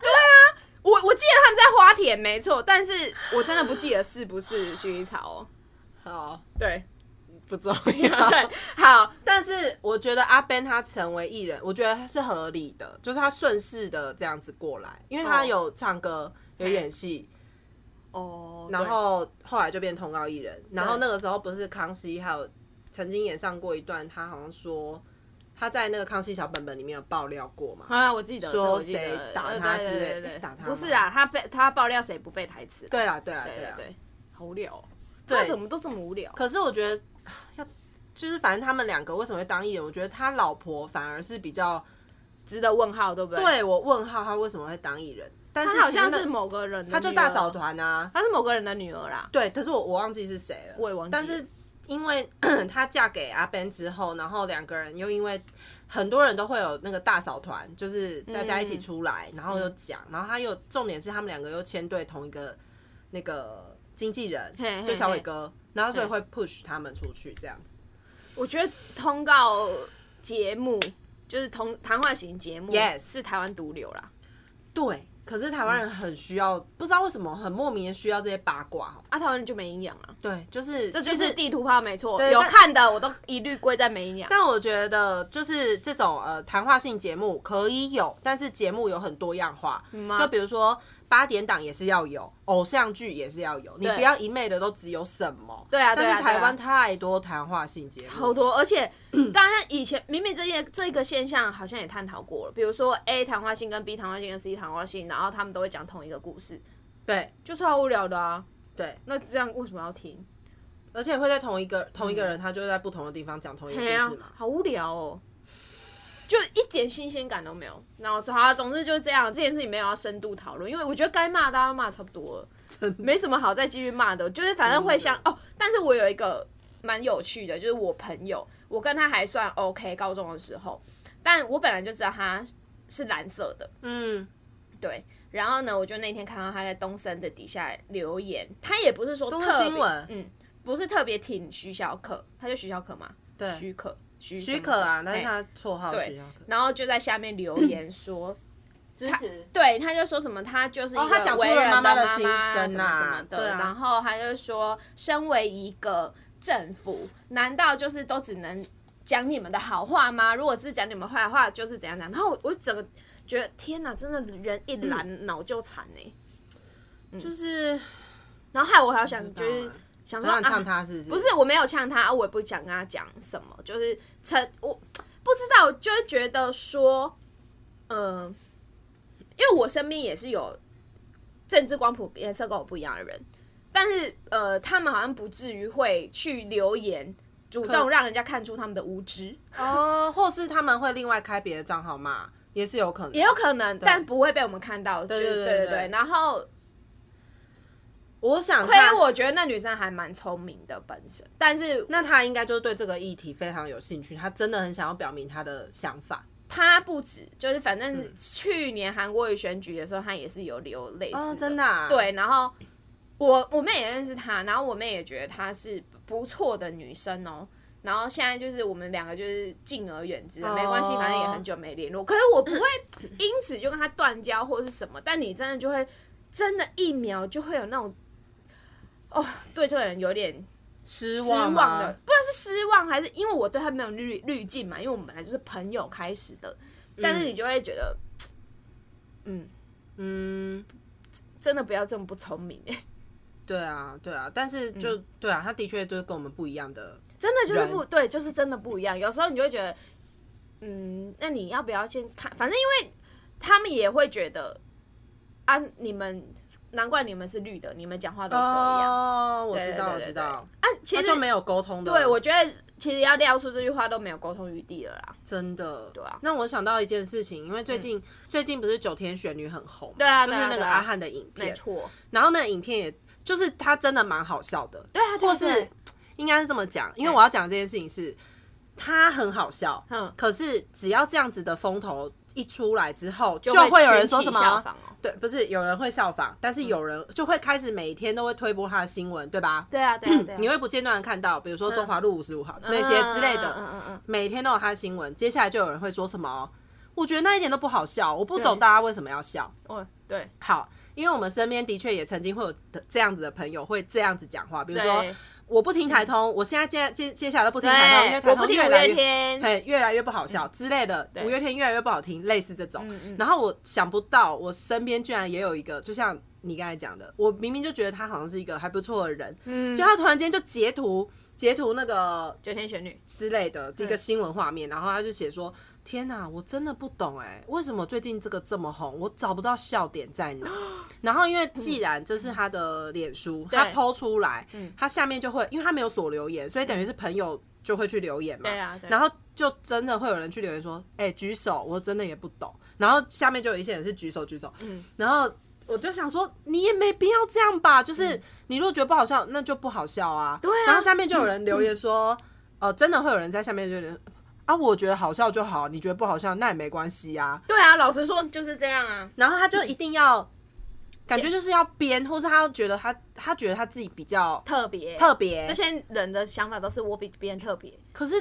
对啊，我我记得他们在花田没错，但是我真的不记得是不是薰衣草哦。好， 对，不重要。 对，好，但是我觉得阿 Ben 他成为艺人，我觉得是合理的，就是他顺势的这样子过来，因为他有唱歌，有演戏，哦，然对后后来就变通告艺人。然后那个时候不是康熙还有曾经演上过一段，他好像说他在那个《康熙小本本》里面有爆料过嘛。啊，我记得说我记得呃谁打他对之类对对对诶是打他吗不是啊，他被他爆料谁不背台词？对啦，对啦，对啦。对，好无聊、哦，他怎么都这么无聊？可是我觉得啊要就是反正他们两个为什么会当艺人，我觉得他老婆反而是比较值得问号，对不对？，对我问号，他为什么会当艺人？但是他好像其实那是某个人的，他就大嫂，团啊，他是某个人的女儿啦。对，可是我我忘记是谁了，我也忘记但是因为 她嫁给阿 Ben 之后，然后两个人又因为很多人都会有那个大嫂团，就是大家一起出来，然后又嗯讲，然后他又重点是他们两个又签对同一个那个经纪人，嘿嘿就小伟哥，然后所以会 push 他们出去这样子。我觉得通告节目就是通谈话型节目 Yes 是台湾毒瘤啦。对，可是台湾人很需要，不知道为什么很莫名的需要这些八卦哦。啊，台湾人就没营养了，对，就是这这就是地图炮没错，对有但看的我都一律归在没营养。但我觉得就是这种呃谈话性节目可以有，但是节目有很多样化，啊就比如说八点档也是要有，偶像剧也是要有，你对不要一昧的都只有什么。对啊对啊但是台湾对太多谈话性节目，好多，而且当然以前明明这些这个现象好像也探讨过了，比如说 A 谈话性跟 B 谈话性跟 C 谈话性，然后他们都会讲同一个故事，对，就超无聊的啊。对，那这样为什么要听？而且会在同一个同一个人，他就在不同的地方讲同一个哎呀故事嘛。好无聊哦，就一点新鲜感都没有。然后好、啊，总之就是这样，这件事情没有要深度讨论，因为我觉得该骂大家都骂差不多了，没什么好再继续骂的，就是反正会像哦。但是我有一个蛮有趣的，就是我朋友，我跟他还算 OK，高中的时候，但我本来就知道他是蓝色的，嗯，对。然后呢，我就那天看到他在东森的底下留言，他也不是说特森别新闻嗯，不是特别挺徐小可，他就徐小可嘛，对徐可，徐许徐可啊，那是啊他，他绰号许可。然后就在下面留 言说，支持对，他就说什么，他就是一哦他个讲出为了人妈妈妈的什心么声啊什么对的，啊然后他就说，身为一个政府，难道就是都只能讲你们的好话吗？如果是讲你们坏话，就是怎样讲？然后我我整个觉得，天哪，真的人一 懒脑就残哎、就是然后害我还要想就是想很说想啊呛。他是不是？不是，我没有呛他，我也不想跟他讲什么，就是成我不知道，就会觉得说，嗯、因为我身边也是有政治光谱颜色跟我不一样的人，但是呃，他们好像不至于会去留言，主动让人家看出他们的无知，哦，或是他们会另外开别的账号骂，也是有可能。也有可能，但不会被我们看到，就是对对对对对对。然后，我想亏他，我觉得那女生还蛮聪明的本身，但是那他应该就是对这个议题非常有兴趣，他真的很想要表明他的想法。他不止，就是反正去年韩国瑜选举的时候，他也是有流类似哦，真的、啊，，对，然后我我妹也认识她，然后我妹也觉得她是不错的女生哦。然后现在就是我们两个就是敬而远之了，没关系，哦反正也很久没联络。可是我不会因此就跟她断交或是什么，但你真的就会真的，一秒就会有那种哦，对这个人有点失失望望啊吗的，不知道是失望还是因为我对他没有滤滤镜嘛，因为我们本来就是朋友开始的，但是你就会觉得，嗯，嗯，真的不要这么不聪明、欸对啊，对啊，但是就、嗯对啊，他的确就是跟我们不一样的。 真的就是人不对，就是真的不一样。有时候你就会觉得，嗯，那你要不要先看？反正因为他们也会觉得啊，你们难怪你们是绿的，你们讲话都这样。哦，我知道，对对对我知道，啊，其他实就没有沟通的。对我觉得其实要撂出这句话都没有沟通余地了啦。真的，对啊嗯那我想到一件事情，因为最近、最近不是九天玄女很红嘛，对啊就对是啊那对个啊阿汉的影没片，错，然后那个影片也就是他真的蛮好笑的，对啊，对啊或是对应该是这么讲，因为我要讲这件事情是，他很好笑，嗯可是只要这样子的风头一出来之后，就会会有人说什群起效么仿嗯哦？对，不是有人会效仿，但是有人就会开始每天都会推播他的新闻，对吧？对啊，对啊，对啊，你会不间断的看到，比如说中华路五十五号那些之类嗯的，嗯嗯嗯嗯，每天都有他的新闻。接下来就有人会说什么？我觉得那一点都不好笑，我不懂对大家为什么要笑。哦，对，好，因为我们身边的确也曾经会有的这样子的朋友会这样子讲话，比如说对我不听台通，我现在接接接下来都不听台通，因为对，台我不通听越五来月越。天，嗯嘿，越来越不好笑之类的，五月天越来越不好听，类似这种。然后我想不到，我身边居然也有一个，就像你刚才讲的，我明明就觉得他好像是一个还不错的人，嗯就他突然间就截图截图那个九天玄女，之类的这个新闻画面，然后他就写说：“天哪，我真的不懂哎、为什么最近这个这么红，我找不到笑点在哪？” 然后因为既然这是他的脸书，嗯他抛出来，他下面就会，因为他没有锁留言，所以等于是朋友就会去留言嘛。对啊对然后就真的会有人去留言说：“哎、举手，我真的也不懂。”然后下面就有一些人是举手举手，然后。我就想说，你也没必要这样吧。就是你如果觉得不好笑，那就不好笑啊。嗯对啊然后下面就有人留言说，哦，真的会有人在下面就有点啊，我觉得好笑就好，你觉得不好笑那也没关系呀、对啊，老实说就是这样啊。然后他就一定要，感觉就是要编，或是他觉得他他觉得他自己比较特别特别这。些人的想法都是我比别人特别，可是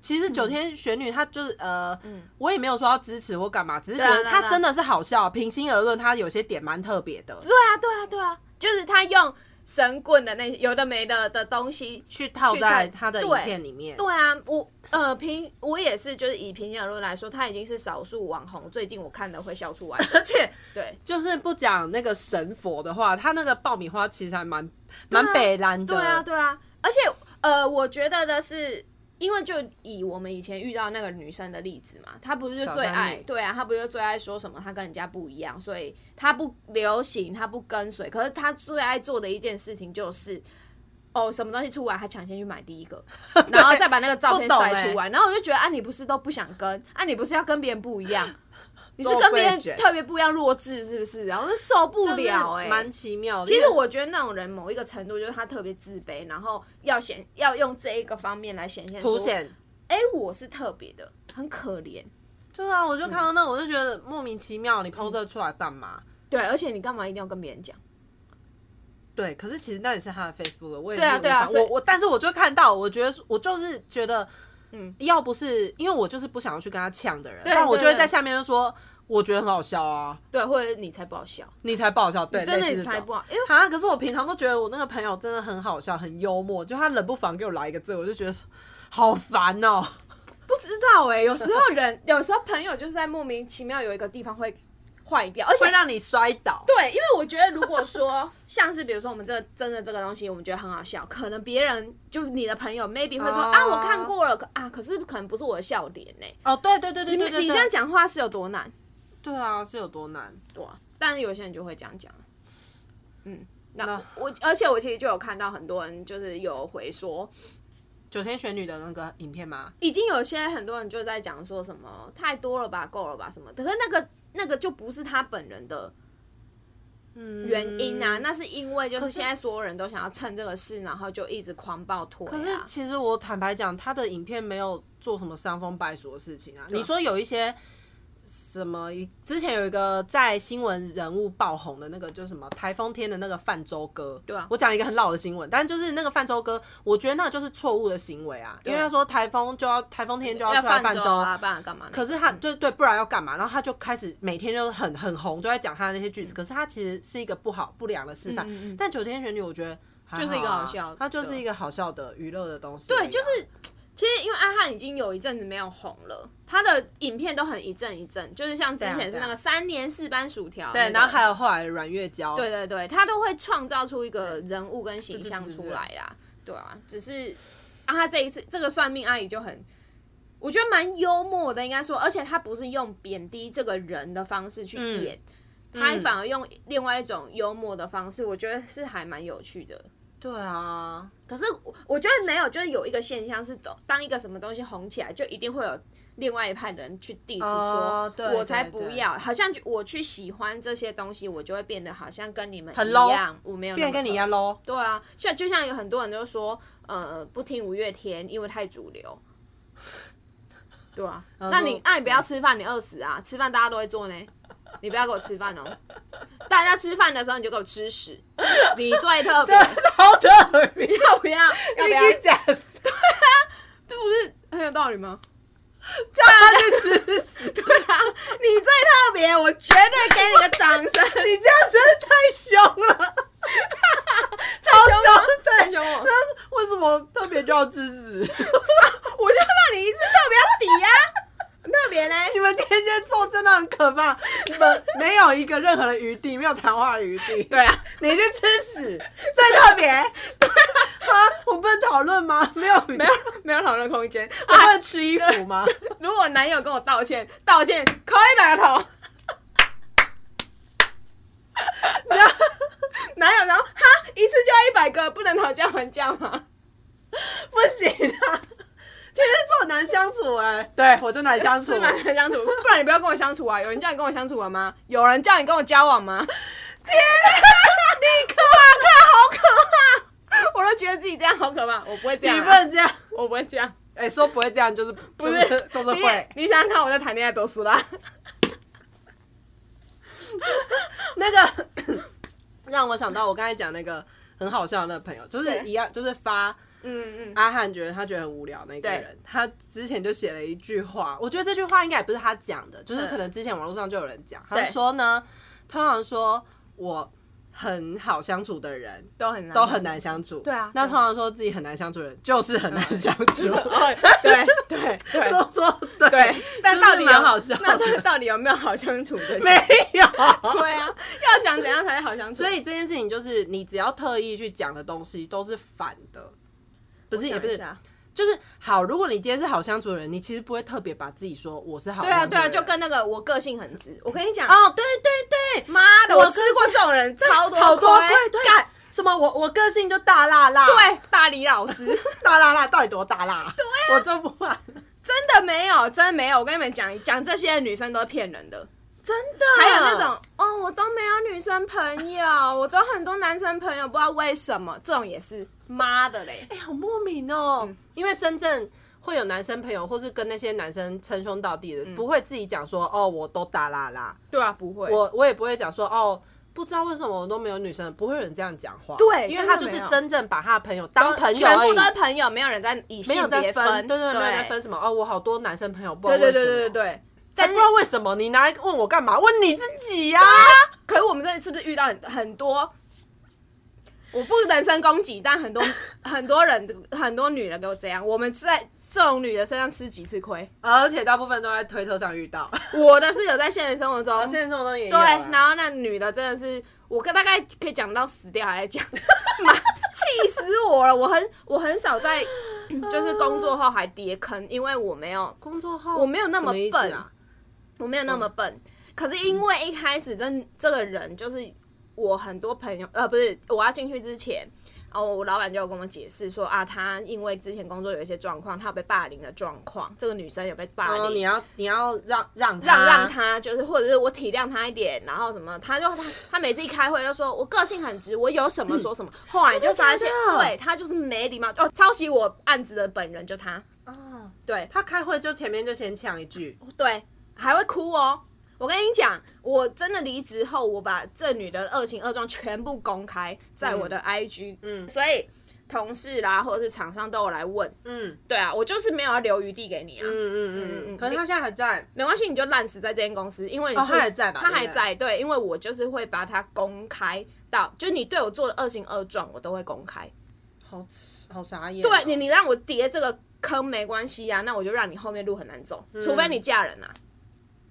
其实九天玄女她就是呃，我也没有说要支持或干嘛，只是觉对啊得对啊她真的是好笑。平心而论，她有些点蛮特别的，对啊，对啊，对啊，就是他用神棍的那有的没的的东西去套去在看她的影对片里面。对啊，我呃平我也是，就是以平心而论来说，他已经是少数网红，最近我看的会笑出来的。而且对就是不讲那个神佛的话，他那个爆米花其实还蛮蛮北蓝的。对啊，对啊，而且呃，我觉得的是，因为就以我们以前遇到那个女生的例子嘛，她不是就小最三爱妹对啊，她不是就最爱说什么她跟人家不一样，所以她不流行，她不跟随。可是她最爱做的一件事情就是。哦，什么东西出来，她抢先去买第 一个，然后再把那个照片不懂欸晒出来，然后我就觉得，啊，你不是都不想跟，啊，你不是要跟别人不一样，你是跟别人都被卷特别不一样，弱智是不是？然后就受不就是了哎、蛮奇妙的。其因实为我觉得那种人某一个程度就是他特别自卑，然后要显要用这一个方面来显现出凸，显，哎、我是特别的，很可怜。对啊，我就看到那，我就觉得莫名其妙，你抛这出来干嘛？对，而且你干嘛一定要跟别人讲？对，可是其实那也是他的 Facebook，我也对啊没有对啊办法所以我我但是我就看到，我觉得我就是觉得，嗯，要不是因为我就是不想要去跟他呛的人，但我就会对在下面就说，我觉得很好笑啊，对，或者你才不好笑，你才不好笑，对，真的类似这你才种不好，因为啊！可是我平常都觉得我那个朋友真的很好笑，很幽默，就他冷不防给我来一个这，我就觉得好烦哦、不知道哎、有时 候人有时候朋友就是在莫名其妙有一个地方会坏掉，而且会让你摔倒。对，因为我觉得如果说像是比如说我们这个真的这个东西，我们觉得很好笑，可能别人就你的朋友 maybe 会说、哦啊，我看过了，可啊，可是可能不是我的笑点呢、哦，对对对对对对，你这样讲话是有多难？对啊，是有多难？对啊、但是有些人就会这样讲。嗯，那那我而且我其实就有看到很多人就是有回说，九天玄女的那个影片吗？已经有些很多人就在讲说什么太多了吧，够了吧什么的，可是那个那个就不是他本人的。原因啊，那是因为就嗯是是现在所有人都想要趁这个事，然后就一直狂暴推、啊。可是其实我坦白讲，他的影片没有做什么伤风败俗的事情啊。你说有一些什么？之前有一个在新闻人物爆红的那个，就是什么台风天的那个泛舟哥。对啊我讲一个很老的新闻，但就是那个泛舟哥，我觉得那就是错误的行为啊，因为他说台风就要台风天就要要出来泛泛舟舟啊，不然干嘛呢？可是他就对，不然要干嘛？然后他就开始每天就很很红，就在讲他的那些句子。可是他其实是一个不好不良的示范。嗯嗯但九天玄女，我觉得还就是一个啊好笑的它就是一个好笑的娱乐的东西而已啊。对，就是其实因为阿汉已经有一阵子没有红了，他的影片都很一阵一阵，就是像之前是那对啊对个啊三年四班薯条那个，对，然后还有后来的阮月娇，对对对，他都会创造出一个人物跟形象对对对出对来啦，对啊，只是啊，他这一次这个算命阿姨就很。我觉得蛮幽默的，应该说，而且他不是用贬低这个人的方式去演，他反而用另外一种幽默的方式，我觉得是还蛮有趣的。对啊，可是我我觉得没有，就是有一个现象是，懂，当一个什么东西红起来，就一定会有另外一派人去 diss 说，哦对我才对不对要，好像就我去喜欢这些东西，我就会变得好像跟你们很一 low 样，我没有变变跟你一样。喽。对啊，像就像有很多人都说，呃，不听五月天，因为太主 流。对啊，那你说那你不要吃饭，你饿死啊！吃饭大家都会做呢，你不要给我吃饭哦。大家吃饭的时候你就给我吃屎，你最 特别，超特别， 要不要？要不要？假这不是很有道理吗？ 叫他去吃屎，对啊，你最特别，我绝对给你个掌声。你这样真的太凶 了，超凶，对，凶我但是为什么特别就要吃屎？我就让你一次特别要抵啊，特别呢？ 你们们天蝎座真的很可怕，你们没有一个任何的余地，没有谈话的余地。对啊，你去吃屎，最特别。哈，我不能讨论吗？ 没有，没没有，没有讨论空间。我不能吃衣服吗？ 如果男友跟我道歉，道歉扣一百个头。 然后男友然后哈一次就要一百个，不能讨价还价吗？不行啊，天蝎座很难相处哎、对我就难相处是，蛮难相处， 不然你不要跟我相处啊！有人叫你跟我相处了吗？有人叫你跟我交往吗？ 你可怕，好可我都觉得自己这样好可怕，我不会这怕！样你啊、不能这样，我不会这样，哎、说不会这样就是不不是，就是会。你。你想想看，我在谈恋爱多死啦，那个 让我想到我刚才讲那个很好笑的那个朋友，就是对一样，就是发嗯嗯，阿汉觉得他觉得很无聊那个人，他之前就写了一句话，我觉得这句话应该也不是他讲的，就是可能之前网络上就有人讲，他对就说呢，通常说我很好相处的人都很难，啊都很难相处，对啊那对通常说自己很难相处的人就是很难相处，哦， 对对 对都说嗯对， 对，但到底有蛮好笑的那到到底有没有好相处的人？没有。对啊，要讲怎样才好相处？ 所以这件事情就是，你只要特意去讲的东西都是反的，不我是也想不一是，下就是好。如果你今天是好相处的人，你其实不会特别把自己说我是好对相啊处的对啊，人。就跟那个我个性很直，我跟你讲，哦，对对对，妈的，我我个吃性过这种人超多好多亏亏，对，干什么？我我个性就大辣辣，对，大李老师 大辣辣，到底多大辣？对、我做不完，啊真的没有，真的没有，我跟你们讲，讲这些女生都是骗人的。真的。还有那种哦，我都没有女生朋友，我都很多男生朋友，不知道为什么，这种也是妈的嘞。哎、好莫名哦、嗯因为真正会有男生朋友，或是跟那些男生称兄道弟的，嗯不会自己讲说哦，我都大辣辣，对啊，不会，我我也不会讲说哦。不知道为什么我都没有女生，不会有人这样讲话。对因为真的他就是没有真正把他的朋友当朋友全而已部都，是朋友，没有人在以性没有在别分，对对，对，没有在分什么哦，我好多男生朋友，不对知道对为什对么对对对。但但不是知道为什么你拿来问我干嘛？问你自己 呀、可是我们这里是不是遇到很很多？我不人身攻击，但很多 很多人很多女人都这样。我们在这种女人身上吃几次亏？而且大部分都在推特上遇 到，我的是有在现实生活中，现在这么多也有、对啊。，然后那女的真的是，我大概可以讲到死掉还在讲， 妈，气死我了！我很我很少在就是工作后还跌坑，因为我没有工作号我没有那么什意思笨啊，我没有嗯那么笨。可是因为一开始真这个人就是我很多朋友，呃，不是我要进去之前。然后我老板就有跟我解释说啊，她因为之前工作有一些状况，她有被霸凌的状况，这个女生有被霸凌，哦，你要啊你要让让他让让他就是，或者是我体谅他一点，然后什么，他就他他每次一开会就说我个性很直，我有什么说什么。后来就发嗯现真的假，的对他就是没礼貌哦，抄袭我案子的本人就他，哦对他开会就前面就先呛一句，对，还会哭哦。我跟你讲，我真的离职后，我把这女的恶行恶状全部公开在我的 IG，嗯，所以同事啦或者是厂商都有来问，嗯对啊，我就是没有要留余地给你啊，嗯嗯嗯嗯，可是他现在还在，没关系，你就烂死在这间公司，因为你哦出他还在吧他还对不对在，对，因为我就是会把它公开到，就你对我做的恶行恶状，我都会公开。好好傻眼哦，对你，你让我叠这个坑没关系啊，那我就让你后面路很难走，嗯除非你嫁人啊，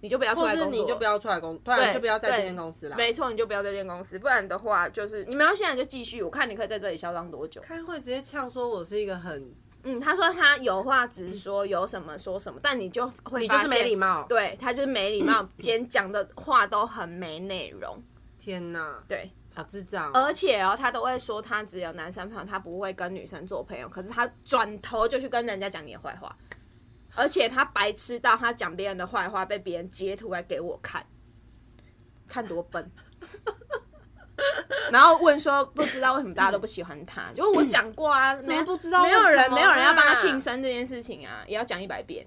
你就不要出或来是工作，你就不要出来工，对，对你就不要在这对间公司啦。没错，你就不要在这间公司，不然的话就是你们要现在就继续，我看你可以在这里嚣张多久。开会直接呛说我是一个很，嗯，他说他有话直说，有什么说什么，但你就会你就是发现没礼，貌，对他就是没 礼貌，今天讲的话都很没内容，天哪，对。好智障哦，而且哦，他都会说他只有男生朋友，他不会跟女生做朋友。可是他转头就去跟人家讲你的坏话，而且他白痴到他讲别人的坏话被别人截图来给我看，看多笨。然后问说不知道为什么大家都不喜欢他，就我讲过 啊，没么不知道没有为什人么没有人要帮他啊庆生这件事情啊，也要讲一百遍，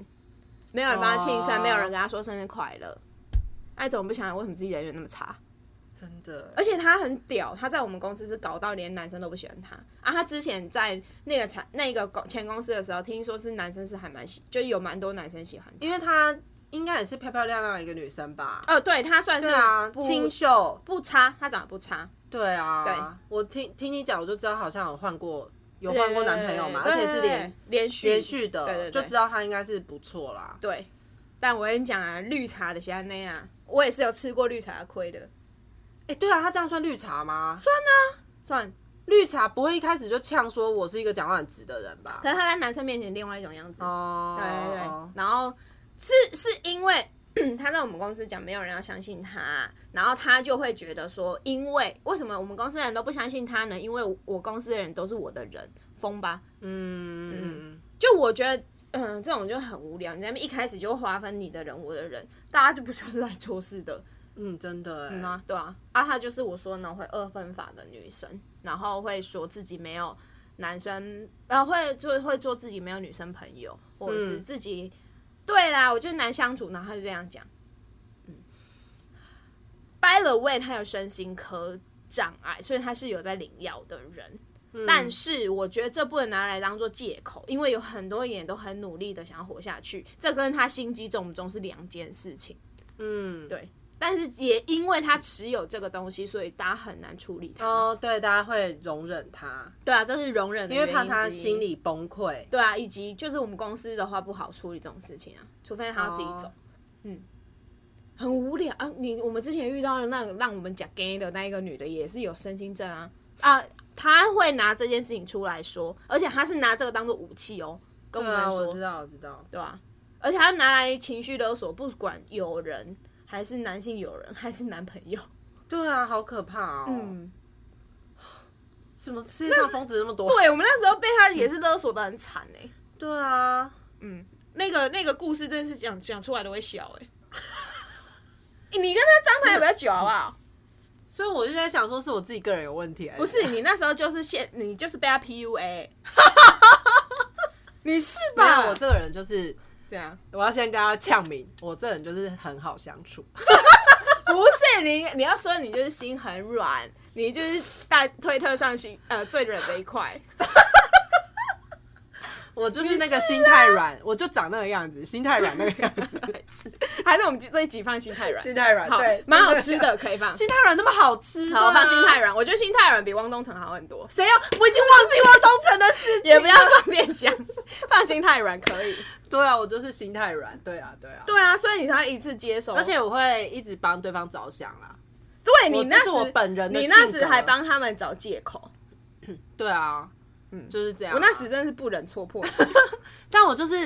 没有人帮他庆生，哦没有人跟他说生日快乐，哎，怎么不想想为什么自己人缘那么差？真的，而且他很屌，他在我们公司是搞到连男生都不喜欢他啊！他之前在那个产那个公前公司的时候，听说是男生是还蛮喜，就有蛮多男生喜欢他。因为她应该也是漂漂亮亮的一个女生吧。哦，对他算是对啊，呃不清秀，不差，他长得不差，对啊，对我听听你讲，我就知道好像有换过，有换过男朋友嘛，而对且是连对对连续连续的，对对对就知道他应该是不错啦。对。但我跟你讲啊，绿茶的香那啊，我也是有吃过绿茶的亏的，哎、对啊，他这样算绿茶吗？啊算。绿茶不会一开始就呛说我是一个讲话很直的人吧可？是他在男生面前另外一种样子。哦，对对对，然后是是因为 他在我们公司讲没有人要相信他，然后他就会觉得说，因为为什么我们公司的人都不相信他呢？因为我我公司的人都是我的人，疯吧？嗯嗯，就我觉得，嗯、这种就很无聊。你在那边一开始就划分你的人，我的人，大家就不就是来做事的嗯，真的、欸，吗？对啊，啊，她就是我说那种会二分法的女生，然后会说自己没有男生，呃，会就会做自己没有女生朋友，或者是嗯自己、对啦，我就难相处，然后她就这样讲。嗯，by the way，她有身心科障碍，所以她是有在领药的人。嗯但是我觉得这不能拿来当做借口，因为有很多人也都很努力的想要活下去，这跟她心机重不重是两件事情。嗯，对，但是也因为他持有这个东西，所以大家很难处理他。哦，对，大家会容忍他，对啊，这是容忍的因原为怕他之一心。理崩溃。对啊，以及就是我们公司的话不好处理这种事情啊，除非他要自己走。哦嗯，很无聊啊！你我们之前遇到的那个让我们讲 gay 的那一个女的也是有身心症啊啊，她会拿这件事情出来说，而且她是拿这个当做武器哦，跟我对啊，们说。我知道，我知道。对啊，而且他拿来情绪勒索，不管友人还是男性友人还是男朋友， 对啊，好可怕哦！嗯，嗯，什么世界上疯子那么多？对我们那时候被他也是勒索的很惨哎、对啊，那个那个故事真的是讲讲出来都会笑哎、 你跟他张牌比较久好不好？所以我就在想，说是我自己个人有问题，不是，你那时候就是现，你就是被他 PUA，欸 你是不然吧？我这个人就是，这样我要先跟他呛明，我这人就是很好相处。 不是你，你要说你就是心很软，你就是大推特上心呃最软的一 块。我就是那个心太软，啊我就长那个样子，心太软那个样子，还是我们这一集 放心太软，心太软，好对，，蛮好吃的，可以 放。心太软那么好吃，好，我放心太软。软，我觉得心太软比汪东城好很多，谁要？我已经忘记汪东城的事情。也不要放变相， 放心太软可以。对啊，我就是心太软。对啊，对啊。对啊，所以你才会一次接受，而且我会一直帮对方着想啦。对我你这那是时我本人的你那性时格还帮他们找借口，对啊，嗯，就是这样啊。我那时真的是不忍戳破你。但我就是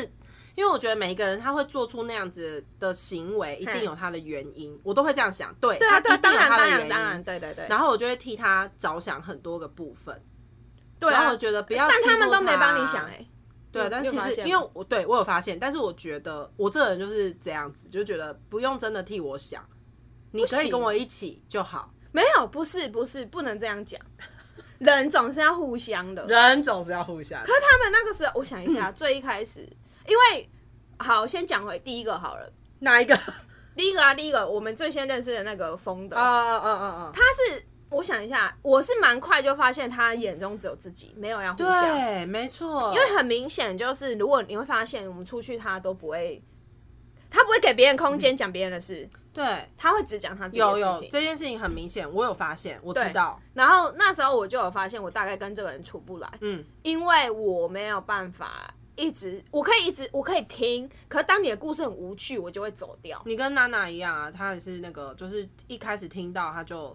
因为我觉得每一个人他会做出那样子的行为，一定有他的原因，我都会这样想。对， 对啊，他对啊，一定当有然他的当原然因。当然，对对对，然后我就会替他着想很多个部分，对然啊后我，觉得不要但欺负他，他们都没帮你想哎，对，但你是其有发实现因吗为我对我有发现，但是我觉得我这个人就是这样子，就觉得不用真的替我想，你可以行跟我一起就好。没有，不是不是，不能这样讲，人总是要互相的。人总是要互相，可是他们那个时候，我想一下，最一开始，因为好，先讲回第一个好了。哪 一个？第一个啊，第一个我们最先认识的那个疯的，啊啊啊啊啊！他是我想一下，我是蛮快就发现他眼中只有自己，没有要互相，对，没错，因为很明显就是，如果你会发现我们出去，他都不会，他不会给别人空间讲别人的事，嗯对他会只讲他自己的有事有情。这件事情很明显，我有发现，我知对道，然后那时候我就有发现，我大概跟这个人处不来，嗯，因为我没有办法一直，我可以一直，我可以听，可是当你的故事很无趣，我就会走掉。你跟娜娜一样啊，她也是那个，就是一开始听到她就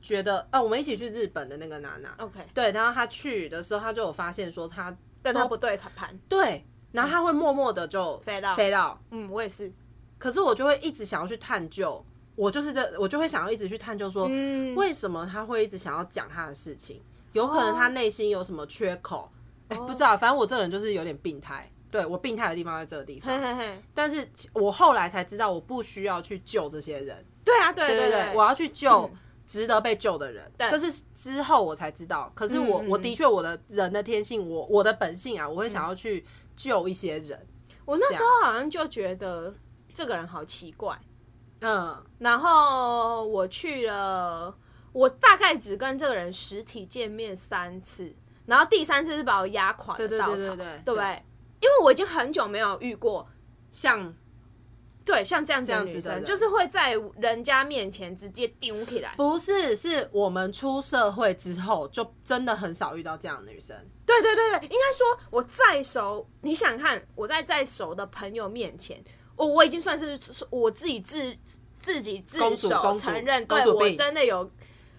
觉得，哦，我们一起去日本的那个娜娜，哦 OK，对，然后她去的时候，她就有发现说她但他不对盘。对，然后她会默默的就飞到飞到，嗯，我也是。可是我就会一直想要去探究，我就是这，我就会想要一直去探究说，嗯，为什么她会一直想要讲她的事情，有可哦能她内心有什么缺口，哎、不知道，反正我这个人就是有点病态，对我病态的地方在这个地 嘿方，嘿嘿，但是我后来才知道，我不需要去救这些人。对啊，对对对对，我要去救值得被救的人。对这是之后我才知道。可是我、嗯嗯我的确我的人的天性，我我的本性啊，我会想要去救一些人。我那时候好像就觉得这个人好奇怪，嗯，然后我去了，我大概只跟这个人实体见面三次，然后第三次是把我压垮的对对稻草，对对对对不对？因为我已经很久没有遇过像对，像这样子这的样子女的生，人就是会在人家面前直接丢起来。不是是我们出社会之后，就真的很少遇到这样的女生。对对对对，应该说我再熟，你想想看我在再熟的朋友面前，我我已经算是我自己自自己自公主首公主承认，公对主我病真的有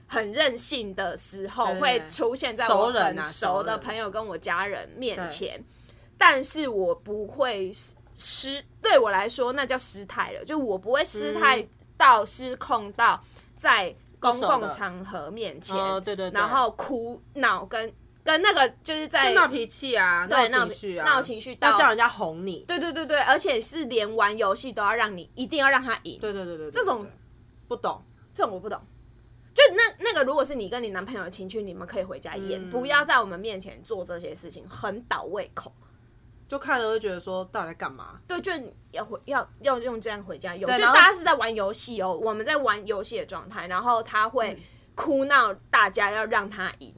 很任性的时候对，对会对出现在熟我人很啊熟熟的人朋友跟我家人面前，但是我不会失，对我来说那叫失态了，就我不会失态到失控到在公嗯熟的共场合面前，哦对对对然后哭闹跟跟那个就是在闹脾气啊，闹对情绪啊，闹情绪到要叫人家哄你。对对对对，而且是连玩游戏都要让你一定要让他赢，对对对对，对这种对不懂，这种我不懂。就那那个，如果是你跟你男朋友的情趣，你们可以回家演，嗯不要在我们面前做这些事情，很倒胃口。就看了会觉得说到底在干嘛？对，就你要回要要用这样回家用，对就然后大家是在玩游戏哦，我们在玩游戏的状态，然后他会哭闹大家要让他赢，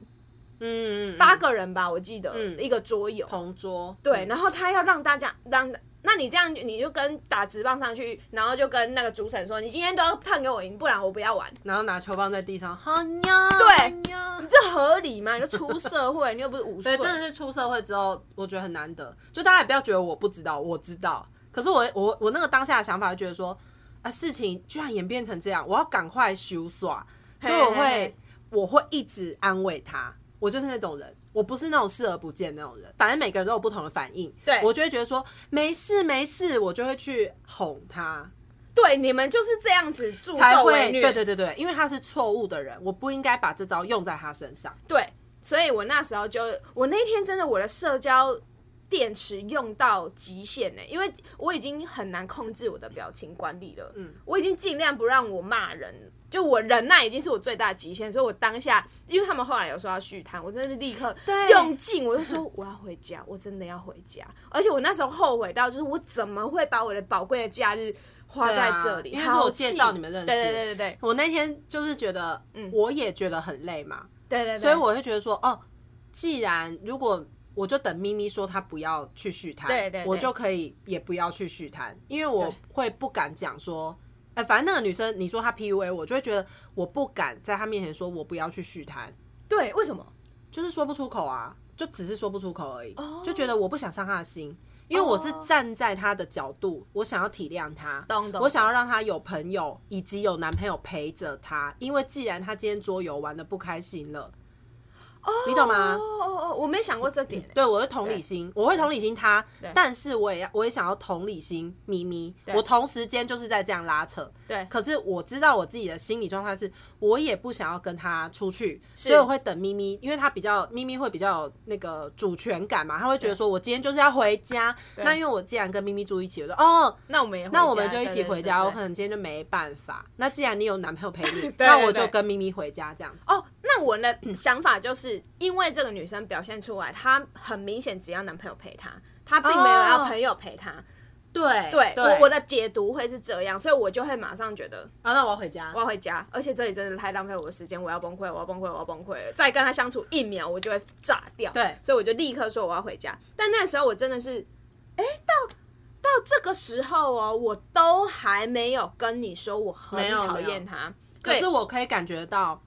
嗯，八个人吧，我记得、一个桌游，同桌，对，然后他要让大家让，那你这样你就跟打直棒上去，然后就跟那个主审说，你今天都要判给我赢，不然我不要玩，然后拿球棒在地上，好呀，对好呀你这合理吗？你就出社会，你又不 是五岁对，，真的是出社会之后，我觉得很难得。就大家也不要觉得我不知道，我知道。可是我我我那个当下的想法就觉得说，啊，事情居然演变成这样，我要赶快修耍。所以我嘿会嘿我会一直安慰他，我就是那种人。我不是那种视而不见那种人，反正每个人都有不同的反应。对我就会觉得说没事没事，我就会去哄他，对，你们就是这样子助才纣为会虐，对对对对，因为他是错误的人，我不应该把这招用在他身上。对，所以我那时候就，我那天真的我的社交电池用到极限呢、因为我已经很难控制我的表情管理了。嗯，我已经尽量不让我骂人，就我忍耐已经是我最大的极限，所以我当下，因为他们后来有说要续摊，我真的是立刻对用尽，我就说我要回家，我真的要回家。而且我那时候后悔到，就是我怎么会把我的宝贵的假日花在这里？对啊因为是我介绍好气你们认识对对对对对嗯我那天就是觉得，我也觉得很累嘛，对对，所以我会觉得说，哦，既然如果我就等咪咪说她不要去续摊，对对对我就可以也不要去续摊，因为我会不敢讲说，哎、反正那个女生你说她 PUA 我，就会觉得我不敢在她面前说我不要去续摊，对为什么？就是说不出口啊，就只是说不出口而已，哦就觉得我不想伤她的心。因为我是站在她的角度我想要体谅她，懂懂我想要让她有朋友以及有男朋友陪着她，因为既然她今天桌游玩的不开心了，你懂吗哦？哦哦，我没想过这点、欸。对，我会同理心，我会同理心他，但是我也要，我也想要同理心咪咪。我同时间就是在这样拉扯，对可是我知道我自己的心理状态是，我也不想要跟他出去，所以我会等咪咪，因为他比较咪咪会比较有那个主权感嘛，他会觉得说我今天就是要回家。那因为我既然跟咪咪住一起，我说哦。那我们也那我们就一起回家，我可很能今天就没办法。那既然你有男朋友陪你， 对那对我就对跟咪咪回家这样子。哦。那我的想法就是，因为这个女生表现出来，她很明显只要男朋友陪她，她并没有要朋友陪她。对对，对，我我的解读会是这样，所以我就会马上觉得啊，那我要回家我。要回家，而且这里真的太浪费我的时间，我要崩溃，我要崩溃，我要崩溃了。再跟他相处一秒，我就会炸掉。对所以我就立刻说我要回家。但那时候我真的是，哎、到到这个时候哦，我都还没有跟你说我很没有讨没有厌他。可对是我可以感觉到，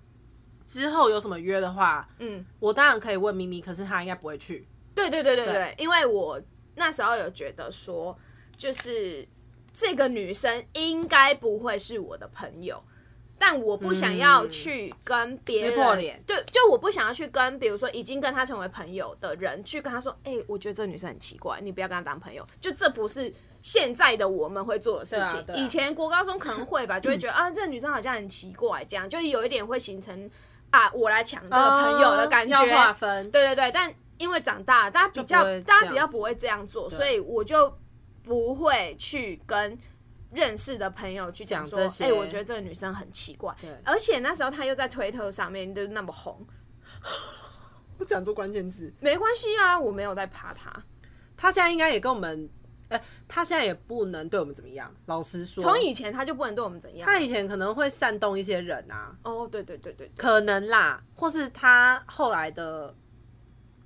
之后有什么约的话，嗯，我当然可以问咪咪，可是她应该不会去。对对对对对，因为我那时候有觉得说，就是这个女生应该不会是我的朋友，但我不想要去跟别人、嗯撕破脸对，就我不想要去跟，比如说已经跟她成为朋友的人去跟她说，哎、我觉得这个女生很奇怪，你不要跟她当朋友，就这不是。现在的我们会做的事情，对啊对啊以前国高中可能会吧，就会觉得啊，这个女生好像很奇怪，这样就有一点会形成啊，我来抢这个朋友的感觉，哦要划分，对对对，但因为长大了，大家比就较不会这样子大家比较不会这样做，所以我就不会去跟认识的朋友去讲说讲这，些哎、我觉得这个女生很奇怪。而且那时候她又在推特上面就那么红，我讲出关键字。没关系啊，我没有在怕她。她现在应该也跟我们，呃，她现在也不能对我们怎么样。老实说，从以前她啊就不能对我们怎样。她以前可能会煽动一些人啊，哦，对对对对对，可能啦，或是她后来的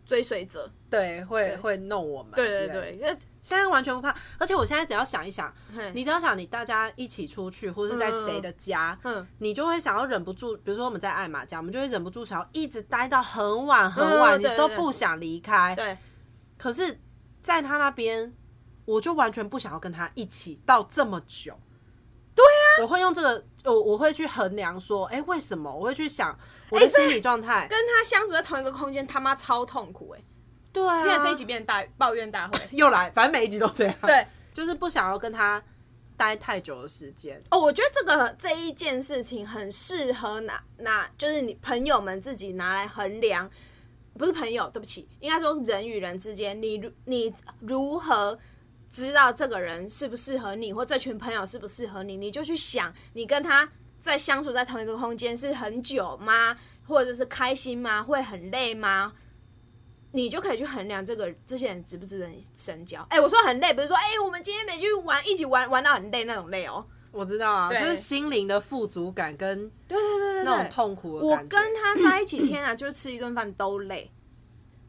追随者，对会对会弄我们。对对。对，因为现在完全不怕，而且我现在只要想一想嘿，你只要想你大家一起出去，或者在谁的家，嗯你就会想要忍不住，比如说我们在艾玛家，我们就会忍不住想要一直待到很晚很晚，嗯对你都对对不想离开。对可是，在他那边，我就完全不想要跟他一起到这么久。对啊，我会用这个，我我会去衡量说，哎、为什么？我会去想我的哎对心理状态。跟他相处在同一个空间，他妈超痛苦哎、对啊，现在这一集变大抱怨大会， 又来，反正每一集都这样。对。 就是不想要跟他待太久的时间。哦，我觉得这个这一件事情很适合拿拿，就是你朋友们自己拿来衡量，不是朋友，对不起，应该说人与人之间，你如你如何知道这个人适不适合你，或这群朋友适不适合你，你就去想，你跟他在相处在同一个空间是很久吗？或者是开心吗？会很累吗？你就可以去衡量这个这些人值不值得你深交。哎、我说很累，不是说哎、我们今天没去玩，一起玩玩到很累那种累哦、我知道啊，就对是心灵的富足感跟对对对对，那对种痛苦的我感觉。跟他在一起，天啊，就是吃一顿饭都累。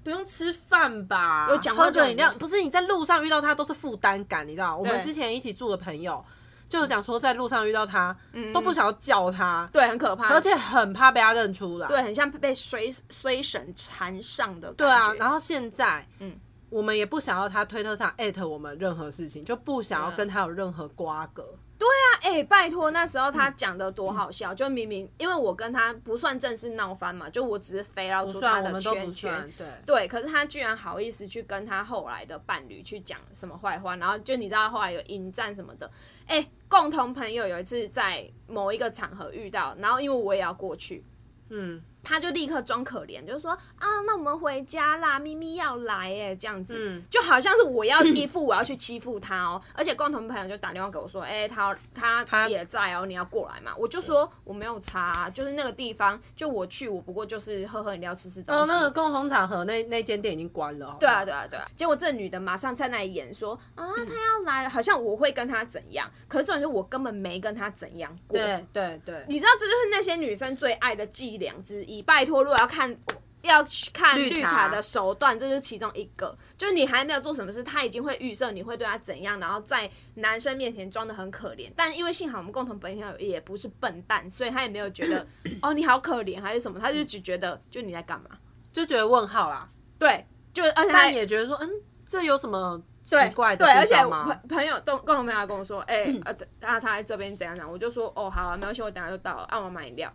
不用吃饭吧？有讲话喝就很个饮料，累不是你在路上遇到他都是负担感，你知道？我们对之前一起住的朋友就有讲说，在路上遇到他、都不想要叫他，嗯对，很可怕，而且很怕被他认出来。对，很像被水水神缠上的感觉。对啊，然后现在嗯嗯。我们也不想要他推特上艾特我们任何事情，就不想要对啊跟他有任何瓜葛。那哎、拜托，那时候他讲的多好笑，就明明因为我跟他不算正式闹翻嘛，就我只是飞到出他算，我的们都圈不算圈。，对，对，可是他居然好意思去跟他后来的伴侣去讲什么坏话，然后就你知道后来有引战什么的。哎、共同朋友有一次在某一个场合遇到，然后因为我也要过去，嗯，他就立刻装可怜，就说啊，那我们回家啦，咪咪要来哎，这样子，嗯就好像是我要一副我要去欺负 他哦。而且共同朋友就打电话给我说，哎、他他他也在哦，你要过来嘛？我就说我没有查、啊就是那个地方，就我去，我不过就是喝喝饮料、吃吃东哦，西。那个共同场合那那间店已经关了，哦对啊，对啊，对啊！结果这女的马上在那里演说啊，她要来了，好像我会跟她怎样。可是重点是我根本没跟她怎样过。对对对，你知道这就是那些女生最爱的伎俩之一。拜托，如果要看要去看绿茶绿茶的手段，这就是其中一个。就是你还没有做什么事，他已经会预设你会对他怎样，然后在男生面前装的很可怜。但因为幸好我们共同朋友也不是笨蛋，所以他也没有觉 得哦你好可怜还是什么，他就只觉得就你在干嘛？就觉得问号啦，对，就而且他但也觉得说，嗯，这有什么奇对怪的对，而地且方朋吗？嗯朋友都共同朋友还跟我说，哎、呃，他他在这边怎样讲，我就说哦好啊，没关系，我等下就到了，按我买饮料。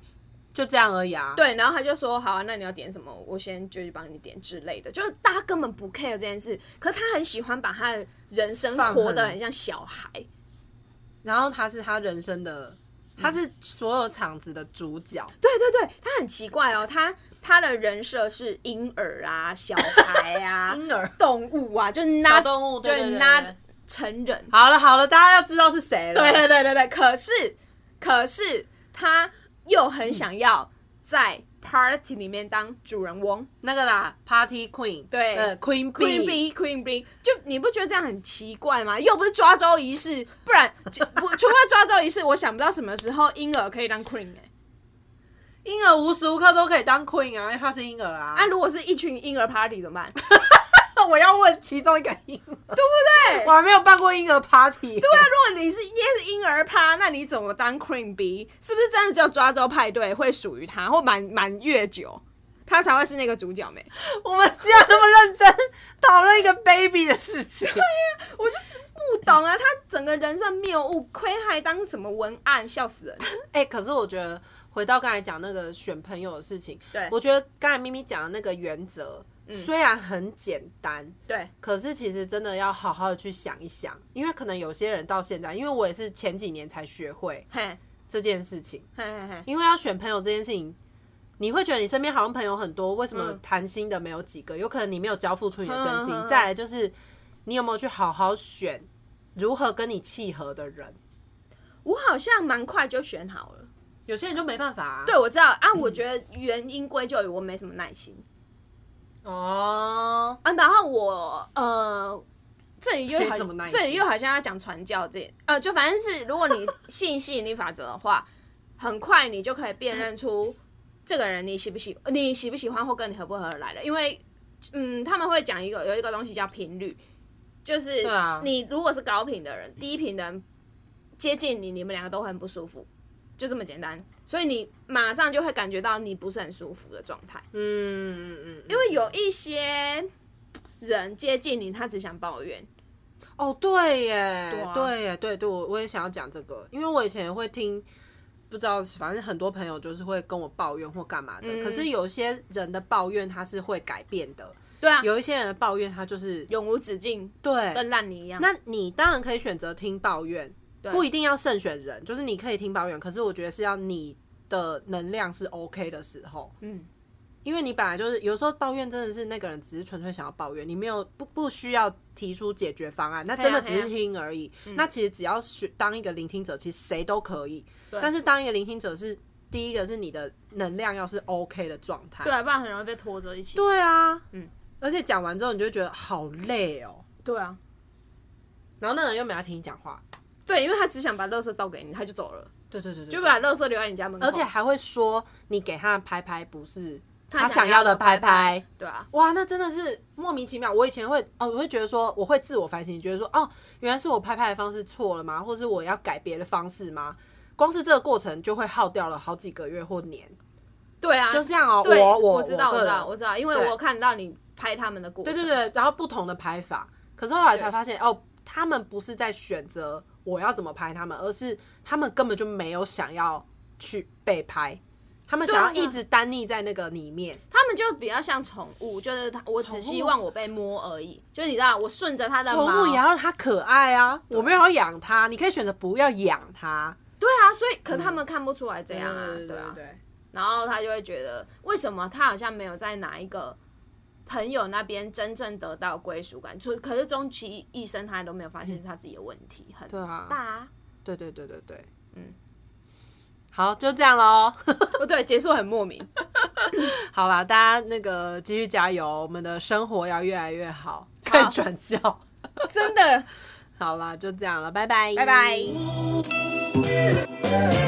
就这样而已啊。，对，然后他就说好、啊，那你要点什么，我先就去帮你点之类的，就是大家根本不 care 这件事，可他很喜欢把他的人生放活得狠很像小孩，然后他是他人生的，他是所有场子的主角，对对对，他很奇怪哦，他他的人设是婴儿啊、小孩 啊、婴儿、动物啊，就是 not 嗯小动物，就对对是对 not 对成人，好了好了，大家要知道是谁了。对对对对对，可是可是他又很想要在 party 里面当主人翁。那个啦，Party Queen，对呃，Queen Queen Bee， Bee Queen Bee，就你不觉得这样很奇怪吗？又不是抓周仪式，不然就我除了抓周仪式，我想不到什么时候婴儿可以当 Queen 哎、婴儿无时无刻都可以当 Queen 啊，因为他是婴儿 啊。那、如果是一群婴儿 party 怎么办？ 我要问其中一个婴儿，对不对？我还没有办过婴儿 Party。对对啊，如果你是今天是婴儿趴，那你怎么当 Queen Bee？是不是真的只有抓周派对会属于他，或满满月酒，他才会是那个主角没？我们居然那么认真讨论一个 baby 的事情，我就是不懂啊，他整个人生谬误，亏他还当什么文案，笑死人。 哎、可是我觉得回到刚才讲那个选朋友的事情，对我觉得刚才咪咪讲的那个原则、虽然很简单，对，可是其实真的要好好的去想一想，因为可能有些人到现在，因为我也是前几年才学会嘿，这件事情，嘿嘿嘿，因为要选朋友这件事情。你会觉得你身边好像朋友很多，为什么嗯谈心的没有几个？有可能你没有交付出你的真心。嗯嗯嗯再来就是，你有没有去好好选如何跟你契合的人？我好像蛮快就选好了。有些人就没办法、啊。对，我知道啊，我觉得原因归咎于我没什么耐心哦，啊。然后我呃，这里又没好什么耐，心这里又好像要讲传教这呃，就反正是如果你信吸引力法则的话，很快你就可以辨认出这个人你喜不喜你喜不喜欢或跟你合不合得来了，因为嗯，他们会讲一个有一个东西叫频率，就是对啊你如果是高频的人，低频的人接近你，你们两个都会很不舒服，就这么简单。所以你马上就会感觉到你不是很舒服的状态，嗯嗯嗯，因因为有一些人接近你，他只想抱怨，哦，对耶，对啊对耶，对对，我我也想要讲这个，因为我以前也会听，不知道，反正很多朋友就是会跟我抱怨或干嘛的。嗯可是有些人的抱怨他是会改变的，对啊，有一些人的抱怨他就是永无止境，对。跟烂泥一样。那你当然可以选择听抱怨，不一定要慎选人，就是你可以听抱怨，可是我觉得是要你的能量是 OK 的时候，嗯，因为你本来就是有时候抱怨真的是那个人只是纯粹想要抱怨，你没有不不需要提出解决方案，那真啊的只是听而已。嗯那其实只要学当一个聆听者，其实谁都可以。但是当一个聆听者是第一个是你的能量要是 OK 的状态。对啊，不然很容易被拖着一起。对啊，嗯，而且讲完之后你就会觉得好累哦，对啊，然后那人又没来听你讲话。对，因为他只想把垃圾倒给你，他就走了，对对对对，就把垃圾留在你家门口。而且还会说你给他的拍拍不是他想想要要的的拍拍拍。对啊，哇，那真的是莫名其妙。我以前会哦，我会觉得说，我会自我反省，觉得说，哦，原来是我拍拍的方式错了吗？或是我要改别的方式吗？光是这个过程就会耗掉了好几个月或年，对啊，就这样哦。对，我我知道，个我知道，人我知道，因为对我看到你拍他们的过程。对对对，然后不同的拍法，可是后来才发现哦，他们不是在选择我要怎么拍他们，而是他们根本就没有想要去被拍，他们对想啊要对啊一直单立在那个里面。他们就比较像宠物，就是他，我只希望我被摸而已。就是你知道，我顺着他的毛，宠物也要让它可爱啊！我没有要养它，你可以选择不要养它。对啊，所以可他们看不出来这样啊，嗯对啊。对，然后他就会觉得，为什么他好像没有在哪一个朋友那边真正得到归属感？就可是终其一生，他都没有发现他自己的问题很对啊大啊。对对对对对，嗯嗯，好，就这样喽。哦，对，结束很莫名。 好啦，大家那个继续加油，我们的生活要越来越好， 可以转教。真的，好啦，就这样了，拜拜，拜拜。